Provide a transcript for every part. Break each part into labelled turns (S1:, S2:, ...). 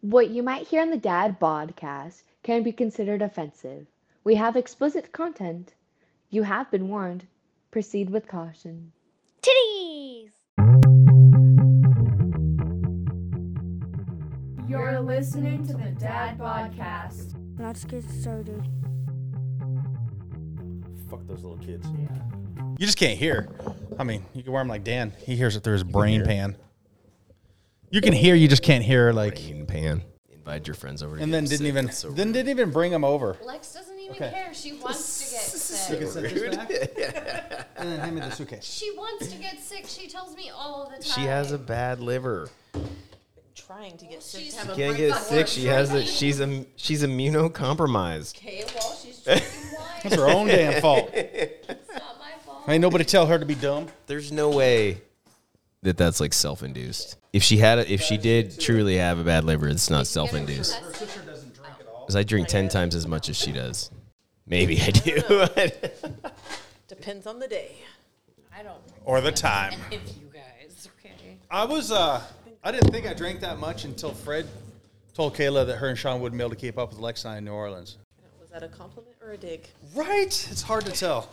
S1: What you might hear on the Dad Podcast can be considered offensive. We have explicit content. You have been warned. Proceed with caution.
S2: Titties!
S3: You're listening to the Dad Podcast.
S2: Let's get started.
S4: Fuck those little kids. You just can't hear. I mean, you can wear them like Dan. He hears it through his brain pan. You can hear, you just can't hear. Like,
S5: Brain pan. Invite your friends over. to
S4: and
S5: get
S4: then didn't
S5: sick.
S4: even
S5: That's so
S4: then didn't even bring him over.
S6: Lex doesn't even
S4: Okay.
S6: care. She wants to get
S4: You
S6: sick.
S4: can set this back. and then hand me the suitcase.
S6: She wants to get sick. She tells me all the time.
S5: rude. She has a bad liver.
S7: trying to get sick
S6: She's
S7: to have a
S5: Can't get sick. She has a. She's a. She's immunocompromised.
S6: Okay, well, she's drinking wine.
S4: It's her own damn fault.
S6: It's not my fault.
S4: Ain't nobody tell her to be dumb.
S5: There's no way that that's like self-induced. If she had, a, if she did truly have a bad liver, it's not self-induced. Because I drink ten times as much as she does. Maybe I do.
S7: depends on the day.
S6: I don't
S4: Or the time.
S6: if you guys, okay?
S4: I was uh I didn't think I drank that much until Fred told Kayla that her and Sean wouldn't be able to keep up with Lex and I in New Orleans.
S7: Was that a compliment or a dig?
S4: Right? It's hard to tell.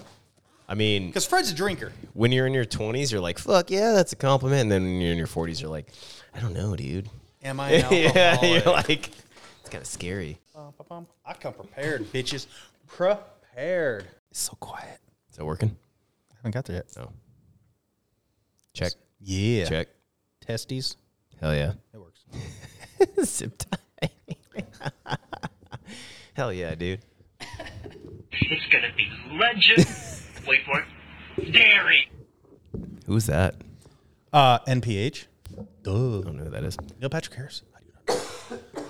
S5: I mean,
S4: Because Fred's a drinker.
S5: when you're in your 20s, you're like, "Fuck yeah, that's a compliment." And then when you're in your 40s, you're like, "I don't know, dude."
S4: Am I an
S5: yeah,
S4: alcoholic?
S5: you're like, it's kind of scary.
S4: I come prepared, bitches. Prepared. It's so quiet.
S5: Is that working?
S4: I haven't got there yet.
S5: No. Check.
S4: Yeah.
S5: Check.
S4: Testes.
S5: Hell yeah.
S4: It works.
S5: Zip tie. Hell yeah, dude.
S8: It's gonna be legend. Wait for it. Dairy.
S5: Who's that?
S4: Uh, NPH.
S5: I don't know who that is.
S4: Neil Patrick Harris. How do you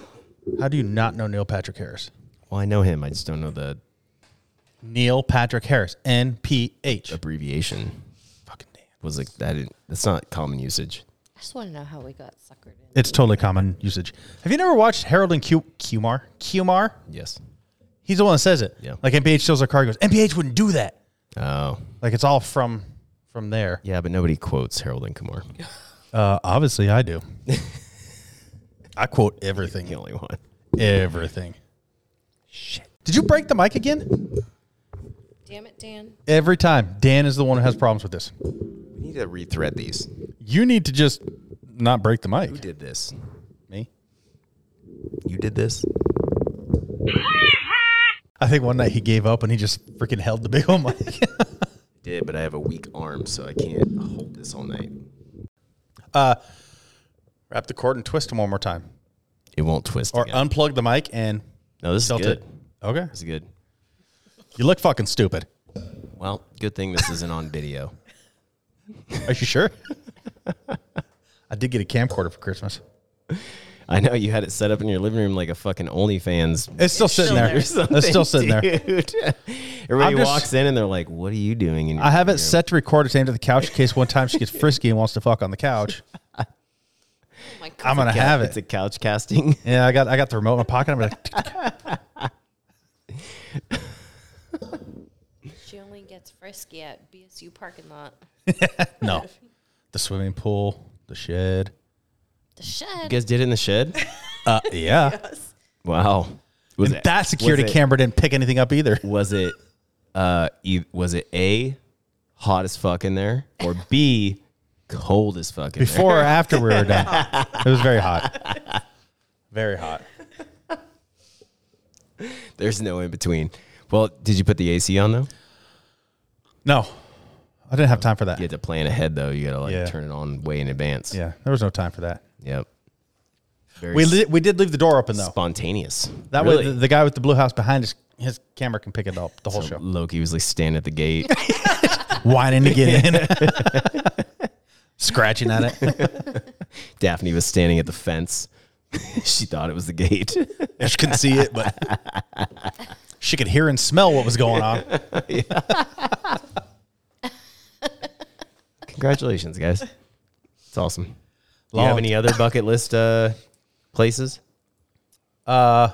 S4: not know? How do you not know Neil Patrick Harris?
S5: Well, I know him. I just don't know the
S4: Neil Patrick Harris. NPH.
S5: abbreviation.
S4: Fucking damn.
S5: Was like that? Didn't, that's not common usage.
S6: I just want to know how we got suckered in.
S4: It's totally common usage. Have you never watched Harold and Q- Kumar? Kumar?
S5: Yes.
S4: He's the one that says it.
S5: Yeah.
S4: Like NPH steals their car. he Goes. NPH wouldn't do that.
S5: Oh,
S4: Like it's all from from there.
S5: yeah, but nobody quotes Harold and Kumar.
S4: Uh, obviously, I do. I quote
S5: The
S4: everything.
S5: only one.
S4: Everything. Shit. Did you break the mic again?
S6: Damn it, Dan.
S4: Every time. Dan is the one who has problems with this.
S5: We need to rethread these.
S4: You need to just not break the mic.
S5: Who did this?
S4: Me.
S5: You did this.
S4: I think one night he gave up and he just freaking held the big old mic.
S5: Did, but I have a weak arm, so I can't hold this all night.
S4: Wrap the cord and twist him one more time.
S5: It won't twist.
S4: Or
S5: again.
S4: unplug the mic and
S5: no, this is
S4: tilt
S5: good.
S4: it. Okay.
S5: This is good.
S4: You look fucking stupid.
S5: Well, good thing this isn't on video.
S4: Are you sure? I did get a camcorder for Christmas.
S5: I know you had it set up in your living room like a fucking OnlyFans.
S4: It's still sitting there.
S5: or something,
S4: It's still sitting there.
S5: dude. Everybody
S4: I'm just-
S5: walks in and they're like, "What are you doing?" In your
S4: I have it set to record its name to the couch in case one time she gets frisky and wants to fuck on the couch. I'm gonna
S5: couch-
S4: have
S5: It's a
S4: it.
S5: couch casting.
S4: Yeah, I got I got the remote in my pocket. I'm like,
S6: She only gets frisky at BSU parking lot.
S4: no, the swimming pool, the shed.
S6: The shed.
S5: You guys did it in the shed.
S4: Uh, yeah,
S5: Wow. Was it
S4: that security
S5: was it-
S4: camera didn't pick anything up either.
S5: Was it? Uh, e- was it a hot as fuck in there or b cold as fuck in
S4: Before or after we were done, it was very hot. Very hot.
S5: there? There's no in between. Well, did you put the AC on though?
S4: No, I didn't have time for that.
S5: You had to plan ahead though. You gotta like
S4: Yeah.
S5: turn it on way in advance.
S4: Yeah, there was no time for that.
S5: Yep. Very
S4: We li- we did leave the door open though.
S5: spontaneous.
S4: That way,
S5: Really.
S4: the, the guy with the blue house behind us, his camera can pick it up the whole
S5: So
S4: show.
S5: Loki was like standing at the gate.
S4: whining to get in, scratching at it.
S5: Daphne was standing at the fence. she thought it was the gate.
S4: she couldn't see it, but she could hear and smell what was going on.
S5: Congratulations, guys. It's awesome. Do you
S4: Long-
S5: have any other bucket list uh, places?
S4: To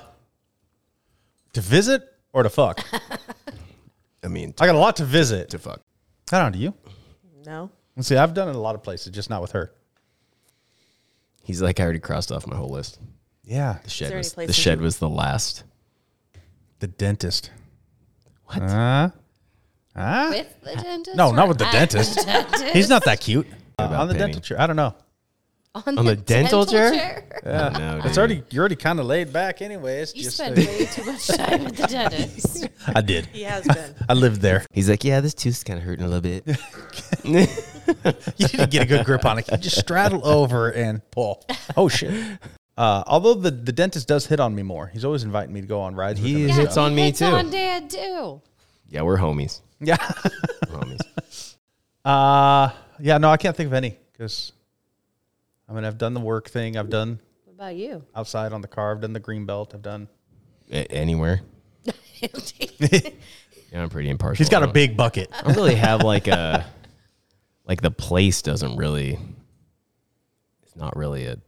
S4: visit or to fuck?
S5: I mean,
S4: I got a lot to visit.
S5: to fuck.
S4: I don't know. Do you?
S7: No.
S4: Let's see. I've done it a lot of places, just not with her.
S5: He's like, I already crossed off my whole list.
S4: Yeah.
S5: The shed
S7: there
S5: was
S7: any place
S5: the
S7: we
S5: shed
S7: can-
S5: was the last.
S4: The dentist. Uh-huh.
S5: What?
S4: Huh? Huh?
S6: With the dentist?
S4: No,
S6: or
S4: not with the
S6: at
S4: dentist. He's not that cute.
S5: about
S4: on the
S5: Penny?
S4: dental chair. I don't know.
S6: On,
S5: the dental chair?
S4: Yeah.
S5: No,
S4: It's
S5: dude.
S4: already you're already kind of laid back, anyways.
S6: You
S4: Uh, Just,
S6: spend
S4: uh,
S6: way too much time at the dentist.
S4: I did.
S7: He has been.
S4: I lived there.
S5: He's like, yeah, this tooth's kind of hurting a little bit.
S4: You didn't get a good grip on it. You just straddle over and pull. Oh shit. Uh, although the, the dentist does hit on me more. He's always inviting me to go on rides. with
S5: He
S4: him.
S5: is- Hits on
S6: he
S5: me,
S6: hits
S5: too.
S6: on dad, too.
S5: yeah, we're homies.
S4: Yeah.
S5: We're homies.
S4: Uh, yeah. No, I can't think of any because I mean I've done the work thing. I've done
S6: What about you?
S4: outside on the car. I've done the green belt. I've done.
S5: A- anywhere. Yeah, I'm pretty impartial.
S4: He's got
S5: I
S4: a
S5: don't-
S4: big bucket.
S5: I don't really have like a like the place doesn't really. It's not really a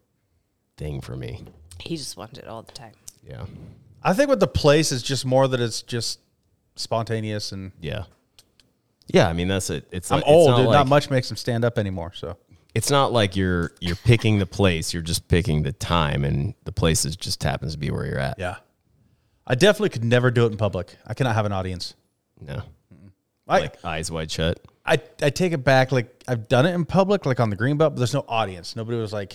S5: thing for me.
S6: he just wanted it all the time.
S5: Yeah.
S4: I think with the place is just more that it's just spontaneous and
S5: Yeah. Yeah, I mean that's it. It's
S4: I'm
S5: like- it's
S4: old,
S5: Not
S4: dude.
S5: like,
S4: not much makes him stand up anymore. So
S5: It's not like you're you're picking the place. You're just picking the time, and the place is just happens to be where you're at.
S4: yeah, I definitely could never do it in public. I cannot have an audience.
S5: No,
S4: I
S5: like eyes wide shut.
S4: I, I take it back. Like I've done it in public, like on the green belt, but there's no audience. Nobody was like,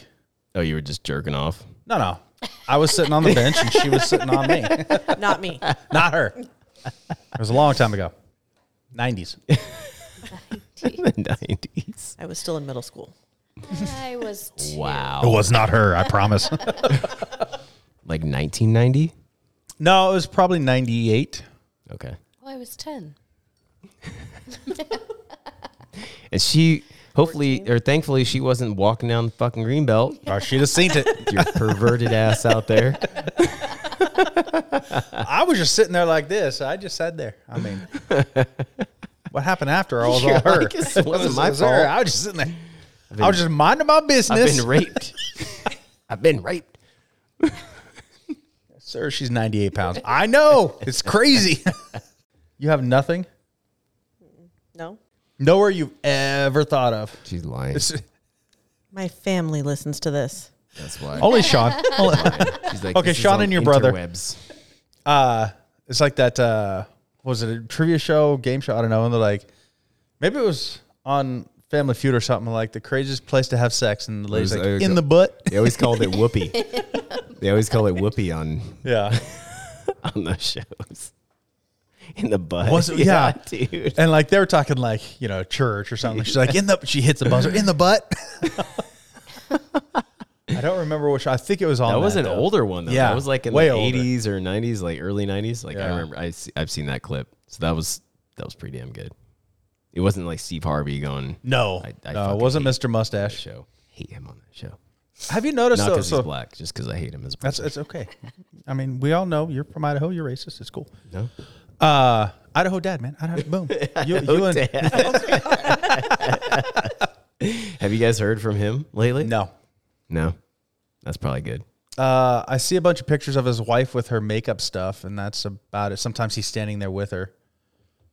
S5: Oh, you were just jerking off.
S4: no, no. I was sitting on the bench and she was sitting on me,
S7: Not me.
S4: not her. It was a long time ago, 90s.
S5: In the nineties.
S7: I was still in middle school.
S6: I was too.
S4: It
S5: Wow.
S4: was not her, I promise.
S5: Like nineteen ninety.
S4: no, it was probably 98.
S5: Okay.
S6: Well, I was 10.
S5: And she, hopefully or thankfully, she wasn't walking down the fucking green belt.
S4: Or she'd have seen it.
S5: Your perverted ass out there.
S4: I was just sitting there like this. I just sat there. I mean, what happened after I was
S5: You're
S4: all her?
S5: like, "This wasn't
S4: It was-
S5: my
S4: it was her.
S5: fault."
S4: I was just sitting there. I was just minding my
S5: I've
S4: business.
S5: been raped. I've been raped.
S4: Sir, she's 98 pounds. I know. It's crazy. you have nothing?
S7: No.
S4: Nowhere you've ever thought of.
S5: She's lying.
S4: It's-
S7: My family listens to this.
S5: That's why.
S4: only Sean. Only-
S5: She's like,
S4: Oh. Okay,
S5: "This is
S4: Sean
S5: on
S4: and your brother."
S5: interwebs."
S4: uh, it's like that. Uh, what was it a trivia show, game show? I don't know. And they're like, maybe it was on Family Feud or something like the craziest place to have sex. And the lady's
S5: was-
S4: like,
S5: uh,
S4: in the butt.
S5: They always called it whoopee. they always call it whoopee on
S4: Yeah.
S5: on those shows. In the butt.
S4: Was it- yeah.
S5: dude.
S4: And like they were talking like you know church or something. She's like in the she hits the buzzer in the butt. I don't remember which. I think it was on.
S5: That was an
S4: though.
S5: older one though.
S4: Yeah,
S5: that was like in
S4: way
S5: the
S4: older.
S5: eighties or nineties, like early nineties. Like I
S4: Yeah.
S5: remember, I see, I've seen that clip. So that was that was pretty damn good. It wasn't like Steve Harvey going
S4: No,
S5: I- I
S4: no, it
S5: fucking
S4: wasn't
S5: hate
S4: Mr. Mustache.
S5: show. Hate him on that show.
S4: Have you noticed?
S5: Not
S4: though,
S5: because
S4: so
S5: he's black, just because I hate him as a
S4: that's
S5: person.
S4: it's okay. I mean, we all know you're from Idaho. You're racist. It's cool.
S5: No?
S4: Uh, Idaho dad, man. Idaho, boom. You, you and,
S5: Have you guys heard from him lately?
S4: no.
S5: No. That's probably good.
S4: Uh, I see a bunch of pictures of his wife with her makeup stuff, and that's about it. Sometimes he's standing there with her.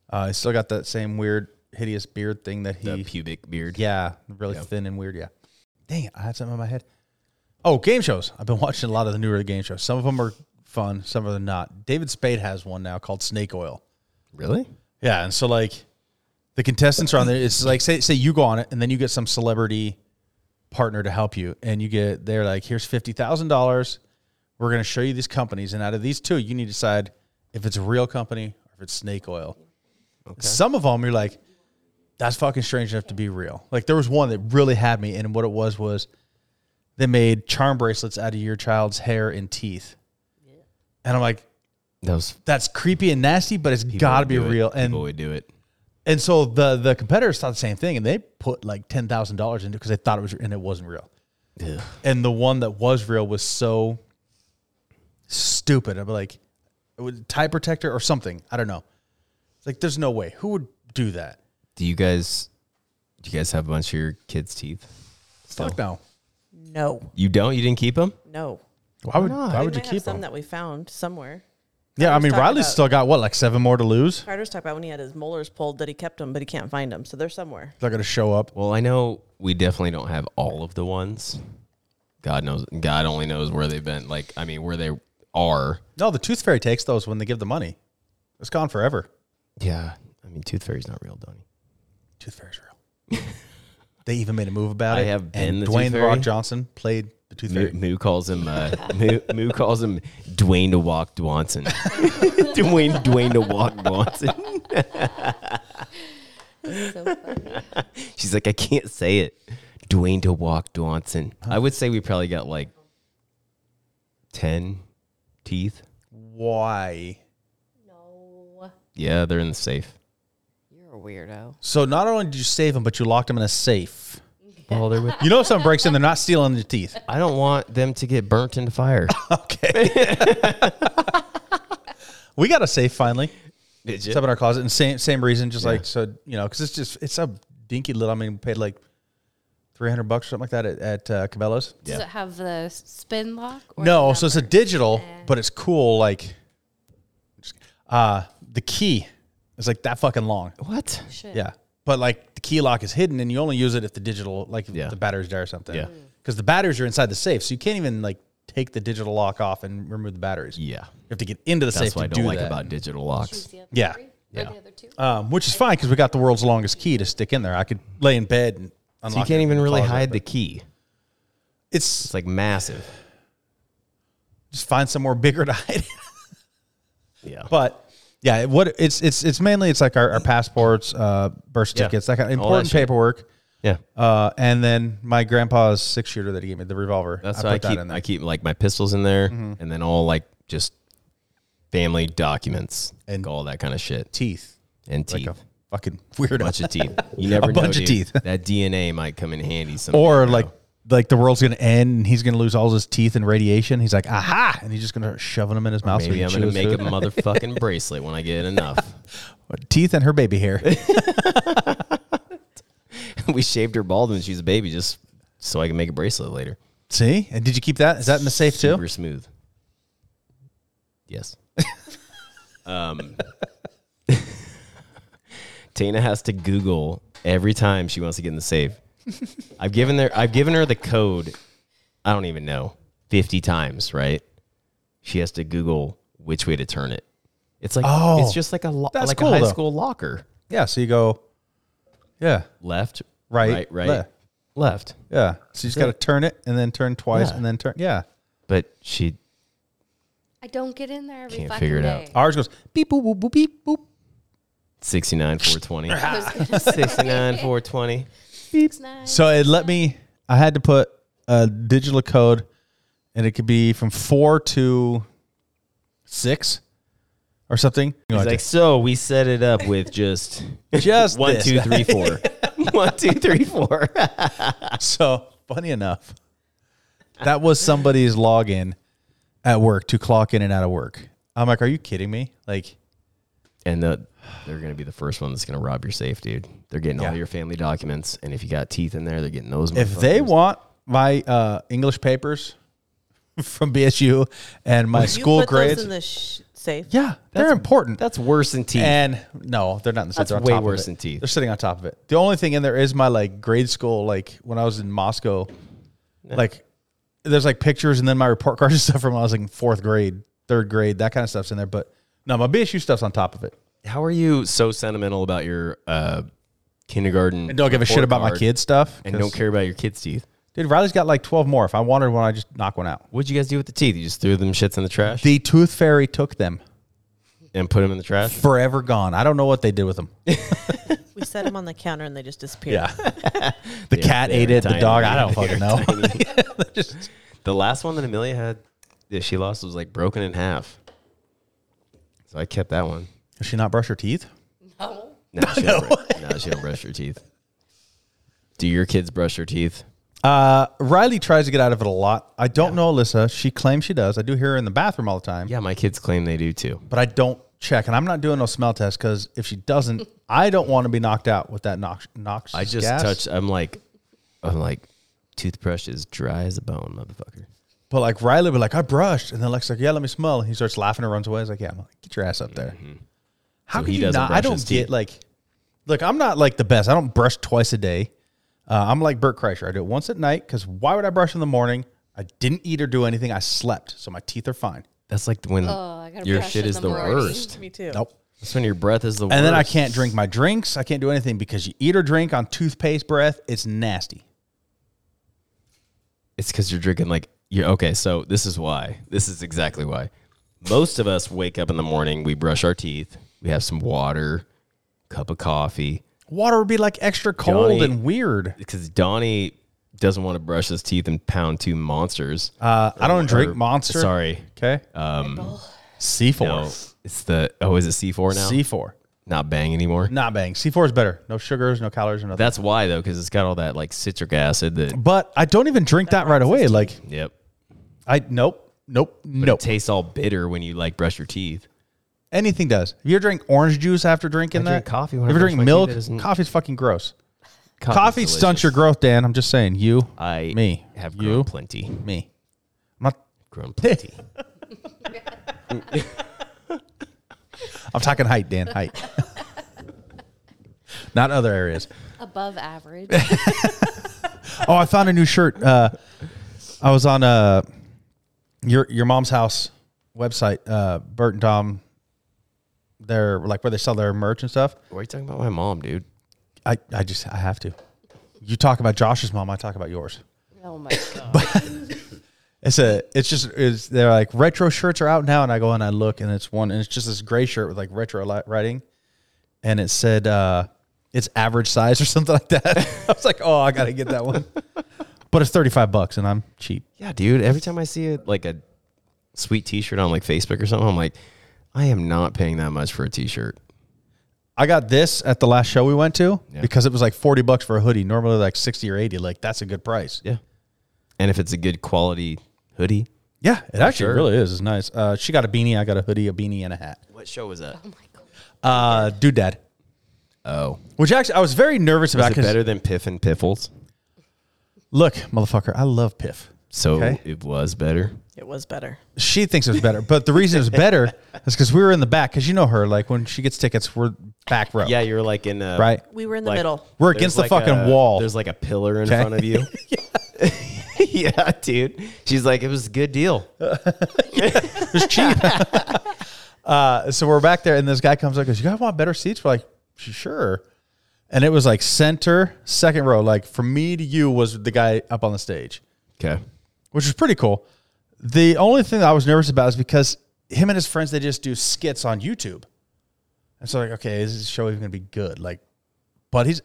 S4: Uh, he's still got that same weird, hideous beard thing that he
S5: The pubic beard.
S4: Yeah, really thin and weird. Yeah. Dang it, I had something in my head. Oh, game shows. I've been watching a lot of the newer game shows. Some of them are fun, some of them not. David Spade has one now called Snake Oil.
S5: Really?
S4: Yeah, and so like the contestants are on there. It's like say say you go on it, and then you get some celebrity partner to help you, and you get they're like, here's fifty thousand dollars. We're going to show you these companies, and out of these two, you need to decide if it's a real company or if it's snake oil. Some of them you're like, that's fucking strange enough to be real. Like there was one that really had me, and what it was was they made charm bracelets out of your child's hair and teeth, and I'm like,
S5: That was
S4: that's creepy and nasty, but it's got to be
S5: People would do it.
S4: real. And
S5: people would do it.
S4: and so the the competitors thought the same thing, and they put like ten thousand dollars into because they thought it was, and it wasn't real. And the one that was real was so stupid. I'm like, it was tie protector or something. I don't know. It's like, there's no way. Who would do that?
S5: Do you guys do you guys have a bunch of your kids' teeth?
S4: Fuck no.
S7: No.
S5: You don't? You didn't keep them?
S7: No.
S4: Why would Why
S7: We
S4: would you
S7: might have
S4: keep
S7: some
S4: them?
S7: that we found somewhere.
S4: Yeah, I mean,
S7: talking
S4: Riley's
S7: about-
S4: still got what like seven more to lose.
S7: Carter's talked about when he had his molars pulled that he kept them, but he can't find them. So they're somewhere.
S4: They're gonna show up.
S5: Well, I know we definitely don't have all of the ones. God knows. God only knows where they've been. Like, I mean, where they are.
S4: No, the tooth fairy takes those when they give the money. It's gone forever.
S5: Yeah. I mean, Tooth Fairy's not real, Donnie.
S4: Tooth fairy's real. they even made a move about
S5: I
S4: it.
S5: have been
S4: and
S5: the
S4: Dwayne
S5: Tooth
S4: the Rock
S5: Fairy.
S4: Johnson played the tooth
S5: Moo,
S4: fairy.
S5: Moo calls him. Uh, Moo, Moo calls him Dwayne to Walk Dwanson. Dwayne Dwayne to Walk Dwanson.
S6: So funny.
S5: She's like, I can't say it. Dwayne to Walk Dwanson. I would say we probably got like ten teeth.
S4: Why?
S6: no,
S5: Yeah, they're in the safe.
S6: you're a weirdo.
S4: So not only did you save them, but you locked them in a safe. You know, if someone breaks in, they're not stealing your teeth.
S5: I don't want them to get burnt in fire.
S4: Okay. we got a safe finally.
S5: Did
S4: It's up in our closet, and same same reason, just like so, you know, because it's just it's a dinky little. I mean, we paid like three hundred bucks or something like that at, at uh, Cabela's.
S6: Does it have the spin lock? Or
S4: No,
S6: the
S4: so it's a
S6: number?
S4: digital, but it's cool. Like, uh, the key is like that fucking long.
S5: What?
S6: Shit.
S4: Yeah. But like the key lock is hidden and you only use it if the digital, like if
S5: Yeah.
S4: the battery's there or something.
S5: Yeah.
S4: Because the batteries are inside the safe. So you can't even like take the digital lock off and remove the batteries. You
S5: Yeah.
S4: have to get into the
S5: That's
S4: safe
S5: what I
S4: to
S5: don't
S4: do
S5: like
S4: that.
S5: about digital locks.
S4: yeah.
S5: Yeah.
S6: The other two.
S4: Um, which is fine because we got the world's longest key to stick in there. I could lay in bed and
S5: So you
S4: unlock
S5: can't
S4: it
S5: even
S4: and
S5: really
S4: close it,
S5: hide
S4: but
S5: the key. It's
S4: It's
S5: like massive.
S4: just find somewhere bigger to hide it.
S5: Yeah.
S4: But yeah, what it's it's it's mainly it's like our, our passports, uh, birth
S5: Yeah.
S4: certificates, that kind of
S5: All that
S4: important
S5: shit.
S4: paperwork.
S5: yeah.
S4: Uh, and then my grandpa's six shooter that he gave me, the revolver.
S5: That's
S4: put
S5: why I
S4: that
S5: keep
S4: in there. Mm-hmm.
S5: I keep like my pistols in there and then all like just family documents and all that kind of shit.
S4: teeth.
S5: And teeth.
S4: Like a fucking weirdo.
S5: bunch of teeth. You never know,
S4: bunch of
S5: dude.
S4: teeth.
S5: That DNA might come in handy someday.
S4: or
S5: bro.
S4: like like the world's gonna end and he's gonna lose all his teeth in radiation. He's like, aha, and he's just gonna start shoving them in his mouth. so he
S5: maybe
S4: can
S5: I'm
S4: chew
S5: gonna
S4: his
S5: make a
S4: food.
S5: motherfucking bracelet when I get enough.
S4: teeth and her baby hair.
S5: we shaved her bald when she was a baby just so I can make a bracelet later.
S4: See, and did you keep that? Is that in the safe too?
S5: Super smooth. Yes. um, Tana has to Google every time she wants to get in the safe. I've given her I've given her the code. I don't even know fifty times. Right? She has to Google which way to turn it. It's like
S4: Oh,
S5: it's just like a lo-
S4: that's
S5: like
S4: cool,
S5: a high
S4: though.
S5: school locker.
S4: Yeah. So you go, yeah,
S5: Left,
S4: Right,
S5: right, right,
S4: left.
S5: left.
S4: yeah. So you just gotta turn it and then turn twice
S5: Yeah.
S4: and then turn. Yeah.
S5: But she
S6: I don't get in there every
S5: Can't
S6: fucking
S5: figure it out.
S6: day.
S4: Ours goes beep boop boop boop beep boop.
S5: 69 420.
S6: I was gonna say,
S5: 69 420.
S6: it's nice.
S4: So it let me. I had to put a digital code, and it could be from four to six or something.
S5: He's like, so we set it up with just
S4: Just
S5: one,
S4: this.
S5: two, three, four. One, two, three, four.
S4: So funny enough, that was somebody's login at work to clock in and out of work. I'm like, are you kidding me? Like,
S5: And the, they're going to be the first one that's going to rob your safe, dude. They're getting
S4: Yeah.
S5: all your family documents. And if you got teeth in there, they're getting those.
S4: if they
S5: motherfuckers.
S4: want my uh, English papers from BSU and my school
S7: you put
S4: grades,
S7: those in the sh- safe.
S4: yeah, they're important.
S5: that's worse than teeth.
S4: And no, they're not in the set.
S5: That's
S4: They're on
S5: way
S4: top of
S5: worse
S4: it.
S5: than teeth.
S4: They're sitting on top of it. The only thing in there is my like grade school, like when I was in Moscow, like there's like pictures and then my report cards and stuff from when I was like in fourth grade, third grade, that kind of stuff's in there. But no, my BSU stuff's on top of it.
S5: How are you so sentimental about your uh, kindergarten?
S4: And don't give a shit
S5: Mm, report
S4: about my
S5: card
S4: kids' stuff.
S5: And
S4: 'cause-
S5: don't care about your kids' teeth.
S4: Dude, Riley's got like 12 more. If I wanted one, I just knock one out.
S5: What'd you guys do with the teeth? You just threw them shits in the trash
S4: The tooth fairy took them.
S5: and put them in the trash?
S4: Forever gone. I don't know what they did with them.
S7: We set them on the counter and they just disappeared.
S4: The cat
S5: they're
S4: ate it. The
S5: tiny.
S4: dog. I don't
S5: They're
S4: fucking know.
S5: The last one that Amelia had that she lost was like broken in half. So I kept that one.
S4: Does she not brush her teeth?
S5: Now she, don't, br- now she don't brush her teeth. Do your kids brush their teeth?
S4: Uh, Riley tries to get out of it a lot. I don't know Alyssa. She claims she does. I do hear her in the bathroom all the time,
S5: Yeah, my kids claim they do too.
S4: but I don't check. And I'm not doing no smell test because if she doesn't, I don't want to be knocked out with that nox- noxious
S5: I just
S4: gas.
S5: touch. I'm like, I'm like, toothbrush is dry as a bone, motherfucker.
S4: But like Riley would be like, I brushed. And then Lex's like, yeah, let me smell. And he starts laughing and runs away. He's like, yeah, I'm like, get your ass up there. How
S5: Mm-hmm. So
S4: can
S5: he
S4: you
S5: doesn't
S4: not? I
S5: brush
S4: don't
S5: his
S4: get
S5: teeth.
S4: like, look, I'm not like the best. I don't brush twice a day. Uh, I'm like Bert Kreischer. I do it once at night because why would I brush in the morning? I didn't eat or do anything. I slept, so my teeth are fine.
S5: That's like when
S6: Oh, I gotta
S5: your
S6: brush
S5: shit
S6: in
S5: is
S6: the
S5: the,
S6: morning.
S5: worst.
S7: Me too.
S4: Nope.
S5: That's when your breath is the worst.
S4: And then I can't drink my drinks. I can't do anything because you eat or drink on toothpaste breath. It's nasty.
S5: It's because you're drinking like you're okay. So this is why. This is exactly why. Most of us wake up in the morning. We brush our teeth. We have some water, cup of coffee.
S4: Water would be like extra cold
S5: Johnny-
S4: and weird.
S5: Because Donnie doesn't want to brush his teeth and pound two monsters.
S4: Uh, I don't drink
S5: Or-
S4: Monster.
S5: Sorry. Um,
S4: Okay. C4.
S5: No, it's the oh, is it C four now?
S4: C4.
S5: Not bang anymore.
S4: Not bang. C4 is better. No sugars, no calories, or nothing.
S5: That's why though, because it's got all that like citric acid that.
S4: but I don't even drink that right away. Like,
S5: Yep.
S4: I, nope, nope,
S5: But
S4: nope.
S5: It tastes all bitter when you like brush your teeth.
S4: Anything does. If you ever drink orange juice after drinking
S5: I
S4: that,
S5: drink coffee when
S4: if
S5: I
S4: you
S5: brush
S4: drink
S5: my teeth,
S4: milk,
S5: that isn't-
S4: coffee's fucking gross.
S5: Coffee's
S4: Coffee stunts
S5: delicious.
S4: your growth, Dan. I'm just saying. You,
S5: I
S4: me,
S5: have grown
S4: you,
S5: plenty.
S4: me. I'm not.
S5: Grown plenty.
S4: I'm talking height, Dan. Height. not other areas.
S6: Above average.
S4: Oh, I found a new shirt. Uh, I was on uh, your your mom's house website, uh, Bert and Tom. They're like where they sell their merch and stuff.
S5: Why are you talking about my mom, dude?
S4: I, I just I have to. You talk about Josh's mom, I talk about yours.
S6: oh my god.
S4: It's a it's just is they're like retro shirts are out now, and I go and I look, and it's one, and it's just this gray shirt with like retro li- writing, and it said uh, it's average size or something like that. I was like, oh, I gotta get that one, but it's thirty five bucks, and I'm cheap.
S5: Yeah, dude. Every time I see it, like a sweet T-shirt on like Facebook or something, I'm like, I am not paying that much for a T-shirt.
S4: I got this at the last show we went to
S5: Yeah.
S4: because it was like 40 bucks for a hoodie. Normally like 60 or 80. Like that's a good price.
S5: Yeah. And if it's a good quality hoodie,
S4: Yeah, it actually
S5: sure.
S4: really is. It's nice. Uh, she got a beanie. I got a hoodie, a beanie, and a hat.
S5: what show was that?
S4: Uh, dude, dad.
S5: Oh,
S4: Which actually, I was very nervous
S5: was
S4: about
S5: it
S4: because
S5: better than Piff and Piffles?
S4: look, motherfucker, I love Piff.
S5: So
S4: Okay.
S5: it was better.
S7: It was better.
S4: She thinks it was better, but the reason it was better is because we were in the back. Because you know her, like when she gets tickets, we're back row.
S5: Yeah, you're like in a
S4: Oh. right.
S7: We were in the
S5: Like-
S7: middle.
S4: We're
S5: There's
S4: against
S5: like
S4: the fucking
S5: a-
S4: wall.
S5: There's like a pillar in
S4: Okay.
S5: front of you. yeah, dude. She's like, it was a good deal.
S4: Uh. Uh, so we're back there, and this guy comes up goes, "You guys want better seats?" We're like, "Sure." And it was like center, second row. Like from me to you was the guy up on the stage,
S5: Okay.
S4: which was pretty cool. The only thing that I was nervous about is because him and his friends they just do skits on YouTube, and so like, okay, is this show even gonna be good? Like, but he's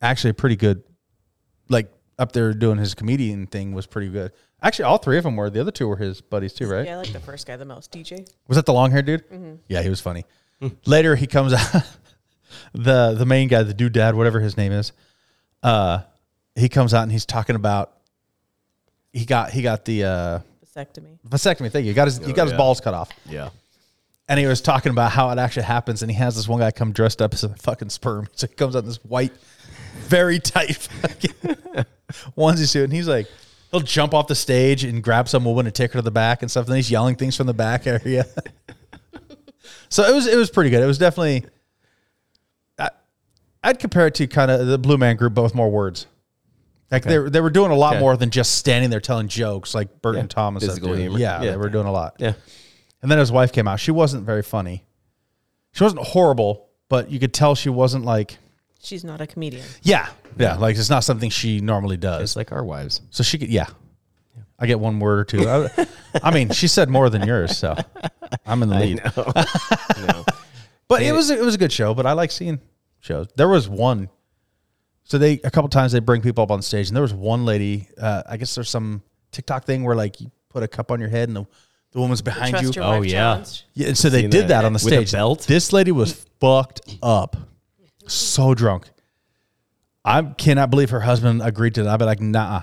S4: actually a pretty good. Like up there doing his comedian thing was pretty good. Actually, all three of them were. The other two were his buddies too, right?
S7: Yeah, I like the first guy the most. DJ.
S4: Was that the long haired dude? Yeah, he was funny. Later, he comes out. the The main guy, the dude dad, whatever his name is, uh, he comes out and he's talking about he got he got the uh,
S7: Vasectomy.
S4: vasectomy. Thank you. He got his he got his
S5: yeah.
S4: balls cut off,
S5: Yeah.
S4: and he was talking about how it actually happens. And he has this one guy come dressed up as a fucking sperm. So he comes out in this white, very tight fucking onesie suit, and he's like. He'll jump off the stage and grab some woman and take her to the back and stuff. And he's yelling things from the back area. So it was it was pretty good. It was definitely. I, I'd compare it to kind of the Blue Man Group, but with more words. Like they were- they were doing a lot
S5: Okay.
S4: more than just standing there telling jokes, like Bert and Tom and stuff.
S5: Physical
S4: do.
S5: humor.
S4: Yeah,
S5: Yeah.
S4: they were doing a lot.
S5: Yeah.
S4: And then his wife came out. She wasn't very funny. She wasn't horrible, but you could tell she wasn't like
S7: She's not a comedian.
S4: yeah yeah like it's not something she normally does.
S5: It's like our wives.
S4: So she could yeah. I get one word or two. I, I mean, she said more than yours, so I'm in the lead.
S5: no.
S4: But it was it was a good show. But I like seeing shows. There was one. So they a couple times they bring people up on stage, and there was one lady. Uh, I guess there's some TikTok thing where like you put a cup on your head, and the, the woman's behind you. oh,
S7: Trust your wife
S5: yeah.
S7: challenge.
S4: Yeah, and so they
S5: Seen
S4: did
S5: that.
S4: that, on the
S5: With a
S4: stage.
S5: belt?
S4: This lady was fucked up, so drunk. I cannot believe her husband agreed to that. I'd be like, nah,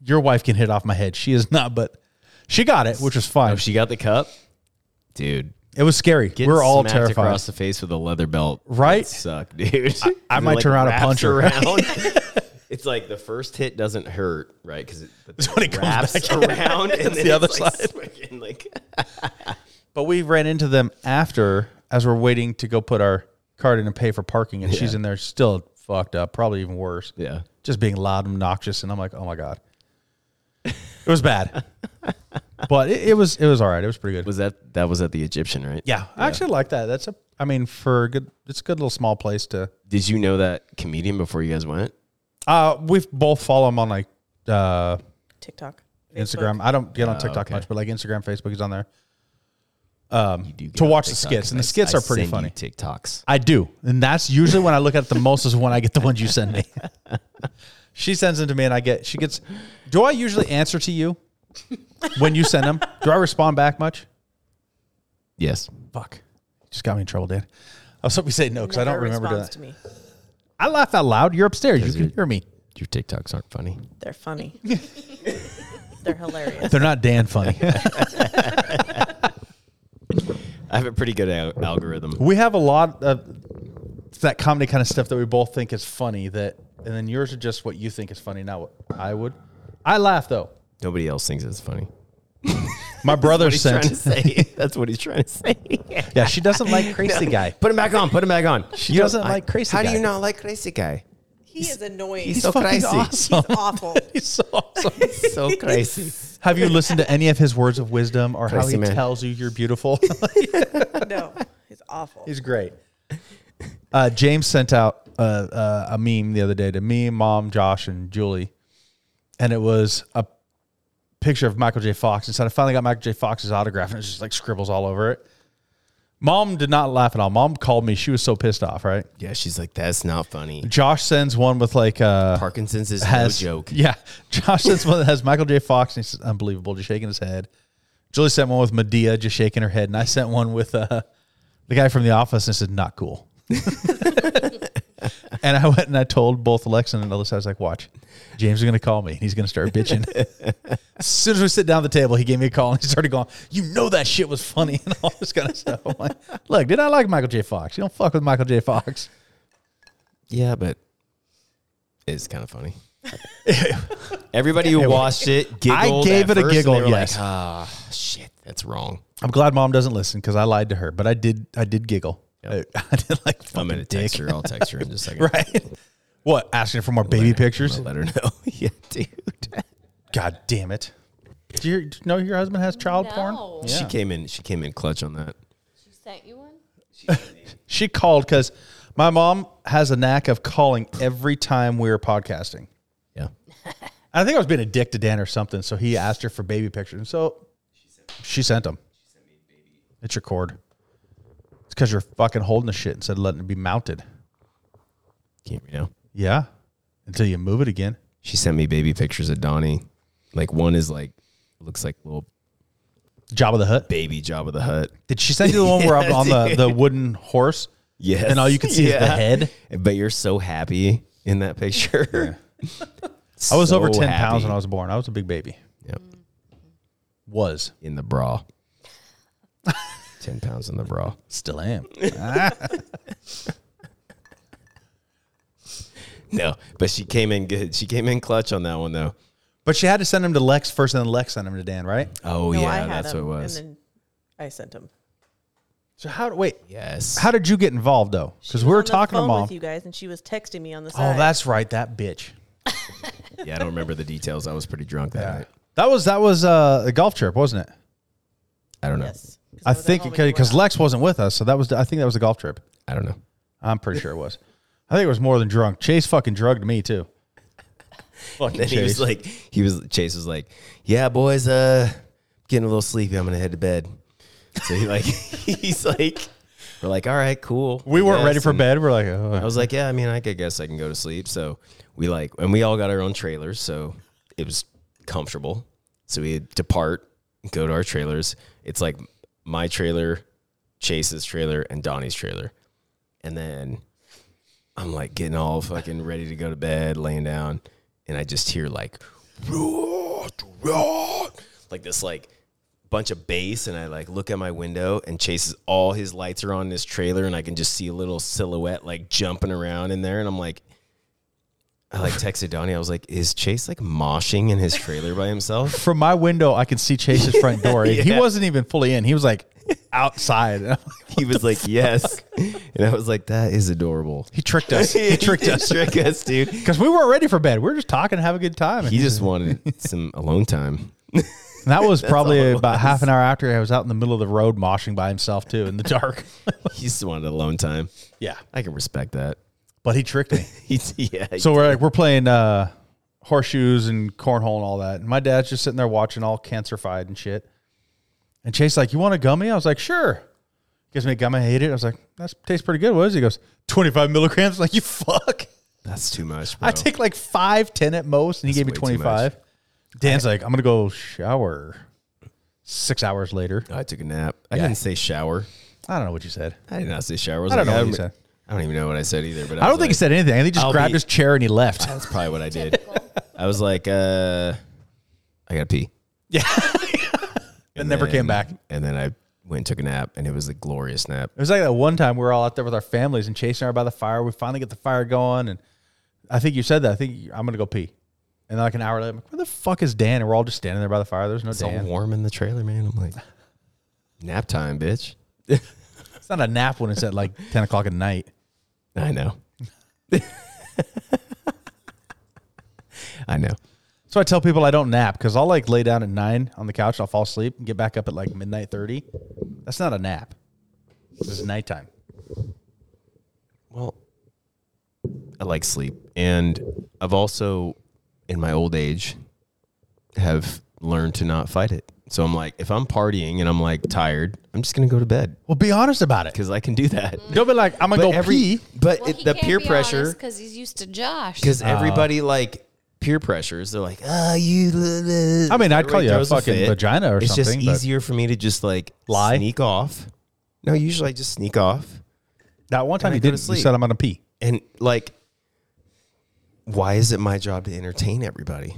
S4: your wife can hit off my head. She is not, but she got it, which was fine.
S5: Oh, she got the cup, dude.
S4: it was scary. We
S5: Get
S4: we're all
S5: smacked
S4: terrified.
S5: across the face with a leather belt,
S4: Right?
S5: would Suck, dude.
S4: I
S5: It,
S4: might turn around and
S5: wraps
S4: punch her.
S5: Around. it's like the first hit doesn't hurt, right? Because it,
S4: when it comes
S5: wraps
S4: back.
S5: around and
S4: It's
S5: then
S4: the other
S5: it's like
S4: side.
S5: swinging, like
S4: But we ran into them after as we're waiting to go put our card in and pay for parking, and she's in there still fucked up, probably even worse.
S5: yeah.
S4: Just being loud and obnoxious, and I'm like, oh my god. It was bad, but it, it was it was all right. It was pretty good.
S5: Was that that was at the Egyptian, right?
S4: yeah, I actually like that. That's a. I mean, for a good, it's a good little small place to.
S5: Did you know that comedian before you guys went?
S4: Uh, we've both follow him on like uh,
S7: TikTok.
S4: Instagram. I don't get on TikTok much, but like Instagram, Facebook is on there.
S5: You do get
S4: To
S5: on
S4: watch the
S5: TikTok,
S4: skits, and the
S5: 'cause I-
S4: skits
S5: I
S4: are pretty
S5: send
S4: funny.
S5: you TikToks.
S4: I do, and that's usually when I look at the most is when I get the ones you send me. she sends them to me, and I get she gets. Do I usually answer to you when you send them? Do I respond back much?
S5: Yes.
S4: Fuck, just got me in trouble, Dan. I was hoping you say no because I don't
S7: Never
S4: remember doing
S7: responds
S4: that.
S7: to me.
S4: I laughed out loud. You're upstairs. You
S5: Because
S4: can
S5: you're-
S4: hear me.
S5: Your TikToks aren't funny.
S7: They're funny. They're hilarious.
S4: They're not Dan funny.
S5: I have a pretty good al- algorithm.
S4: we have a lot of that comedy kind of stuff that we both think is funny. That and then yours are just what you think is funny, not what I would. I laugh though.
S5: Nobody else thinks it's funny.
S4: My brother
S5: He's trying to
S4: sent.
S5: say that's what he's trying to say.
S4: Yeah, she doesn't like crazy guy.
S5: Put him back on. Put him back on.
S4: She
S5: You don't-
S4: doesn't
S5: I-
S4: like crazy
S5: How
S4: guy.
S5: do you not like crazy guy?
S7: He is annoying.
S5: He's
S7: He's,
S5: so
S4: fucking
S5: crazy.
S4: awesome.
S7: awful.
S4: He's so awesome.
S5: So crazy.
S4: Have you listened to any of his words of wisdom or how
S5: Crazy
S4: he
S5: man.
S4: tells you you're beautiful?
S7: No, he's awful.
S4: He's great. Uh, James sent out uh, uh, a meme the other day to me, mom, Josh, and Julie, and it was a picture of Michael J. Fox. And so I finally got Michael J. Fox's autograph, and it's just like scribbles all over it. Mom did not laugh at all. Mom called me. She was so pissed off. Right?
S5: Yeah, she's like, that's not funny.
S4: Josh sends one with like uh,
S5: Parkinson's is
S4: has
S5: no joke.
S4: Yeah, Josh sends one that has Michael J. Fox, and he's unbelievable, just shaking his head. Julie sent one with Medea, just shaking her head, and I sent one with uh, the guy from The Office, and said, "Not cool." and I went and I told both Alexa and Alyssa, I was like, "Watch, James is going to call me, and he's going to start bitching." as soon as we sit down at the table, he gave me a call and he started going, "You know that shit was funny and all this kind of stuff." I'm like, "Look, did I like Michael J. Fox? You don't fuck with Michael J. Fox."
S5: Yeah, but it's kind of funny. Everybody who watched it giggled.
S4: I gave
S5: at
S4: it a
S5: first, and
S4: giggle,
S5: They were
S4: yes.
S5: like, ah, shit, that's wrong.
S4: I'm glad mom doesn't listen because I lied to her, but I did. I did giggle. I, I did like
S5: I'm
S4: fucking
S5: gonna
S4: dick,
S5: text her. I'll text her in just a second.
S4: right? What? Asking for more baby pictures?
S5: Let her know. yeah, dude.
S4: God damn it! Do you, do you know your husband has child
S6: No.
S4: porn? Yeah.
S5: She came in. She came in clutch on that.
S6: She sent you one?
S4: She called because my mom has a knack of calling every time we were podcasting.
S5: Yeah.
S4: I think I was being a dick to Dan or something, so he asked her for baby pictures, and so she sent them. It's your cord. It's because you're fucking holding the shit instead of letting it be mounted.
S5: Can't you know?
S4: Yeah, until you move it again.
S5: She sent me baby pictures of Donnie. Like one is like looks like little
S4: Job of the Hut.
S5: baby Job of the Hut.
S4: Did she send you the one where I'm on the, the wooden horse?
S5: Yes.
S4: And all you can see is the
S5: Yeah.
S4: head.
S5: But you're so happy in that picture.
S4: I was over
S5: So
S4: 10 pounds
S5: happy.
S4: when I was born. I was a big baby.
S5: Yep.
S4: Was.
S5: in the bra. Ten pounds in the bra.
S4: Still am.
S5: No, but she came in good. She came in clutch on that one though.
S4: But she had to send him to Lex first, and then Lex sent him to Dan, right?
S5: Oh
S7: No, I
S5: yeah,
S7: had
S5: that's what
S7: him,
S5: it was.
S7: And then I sent him.
S4: So how, wait,
S5: yes.
S4: how did you get involved though? Because
S7: She
S4: we
S7: was
S4: were
S7: on the
S4: talking to
S7: phone
S4: mom.
S7: with you guys, and she was texting me on the
S4: Oh,
S7: side.
S4: that's right. That bitch.
S5: yeah, I don't remember the details. I was pretty drunk that night.
S4: That was, that was uh, a golf trip, wasn't it?
S5: I don't know.
S7: yes. 'Cause
S4: I
S7: was at
S4: think
S7: home when you went
S4: because
S7: out.
S4: Lex wasn't with us. So that was, I think that was a golf trip.
S5: I don't know.
S4: I'm pretty sure it was. I think it was more than drunk. Chase fucking drugged me too. Fucking
S5: Then he was like, he was Chase was like, yeah, boys, uh, getting a little sleepy. I'm gonna head to bed. So he like, he's like, we're like, all right, cool.
S4: we weren't
S5: Yes,
S4: ready for
S5: and-
S4: bed. We're like, oh.
S5: I was like, yeah, I mean, I could guess I can go to sleep. So we like, and we all got our own trailers, so it was comfortable. So we had depart, go to our trailers. It's like my trailer, Chase's trailer, and Donnie's trailer. And then I'm like getting all fucking ready to go to bed, laying down, and I just hear like, like this like bunch of bass and I like look at my window and chases all his lights are on this trailer and I can just see a little silhouette like jumping around in there and I'm like I like texted Donnie I was like is Chase like moshing in his trailer by himself
S4: from my window, I could see Chase's front door. He wasn't even fully in. He was like outside. And I'm like,
S5: He was like, yes. And I was like, that is adorable.
S4: he tricked us. He tricked us
S5: Trick us, dude.
S4: because we weren't ready for bed. We were just talking, have a good time.
S5: He just wanted some alone time.
S4: And that was probably about half an hour after I was out in the middle of the road moshing by himself too in the dark.
S5: He just wanted alone time.
S4: yeah,
S5: I can respect that.
S4: but he tricked me.
S5: He, yeah. he-
S4: So we're like we're playing uh, horseshoes and cornhole and all that. And my dad's just sitting there watching all cancerified and shit. And Chase like, you want a gummy? I was like, sure. Gives me a gummy. I hate it. I was like, that tastes pretty good. What is it? He goes, 25 milligrams. like, you fuck.
S5: that's too much. Bro.
S4: I take like five, 10 at most. And he gave
S5: That's
S4: me
S5: way too
S4: 25. Dan's like, I'm going to go shower. Six hours later.
S5: Oh, I took a nap. I
S4: Yeah.
S5: didn't say shower.
S4: I don't know what you said.
S5: I did not say shower. was
S4: I don't
S5: like,
S4: know what you
S5: I'm-
S4: said.
S5: I don't even know what I said either. But
S4: I, don't
S5: was
S4: think he
S5: like-
S4: said anything. I think he just
S5: I'll
S4: grabbed
S5: be-
S4: his chair and he left.
S5: That's probably what I did. I was like, uh, I got to pee.
S4: and never
S5: then-
S4: came back.
S5: And then I went and took a nap, and it was a glorious nap.
S4: It was like that one time we were all out there with our families and chasing her by the fire. We finally get the fire going, and I think you said that. I think you- I'm gonna go pee, and like an hour later, I'm like, where the fuck is Dan? And we're all just standing there by the fire. There's no
S5: It's all
S4: Dan.
S5: warm in the trailer, man. I'm like, nap time, bitch.
S4: It's not a nap when it's at like 10 o'clock at night.
S5: I know. I know.
S4: So I tell people I don't nap because I'll like lay down at nine on the couch. I'll fall asleep and get back up at like midnight thirty. That's not a nap. This is nighttime.
S5: Well, I like sleep, and I've also, in my old age, have learned to not fight it. So I'm like, if I'm partying and I'm like tired, I'm just gonna go to bed
S4: Well, be honest about it.
S5: because I can do that.
S4: Don't be like I'm gonna go pee.
S5: but it, the peer pressure,
S6: because he's used to Josh.
S4: Uh.
S5: because everybody like peer pressures. They're like, ah, you.
S4: I mean, I'd call you a
S5: throws
S4: fucking
S5: fit.
S4: vagina or
S5: it's
S4: something.
S5: just
S4: but
S5: easier for me to just like
S4: Lie?
S5: sneak off. No, usually I just sneak off,
S4: That one time
S5: And I
S4: you
S5: go to
S4: did. You
S5: sleep.
S4: said I'm gonna pee.
S5: and like, why is it my job to entertain everybody?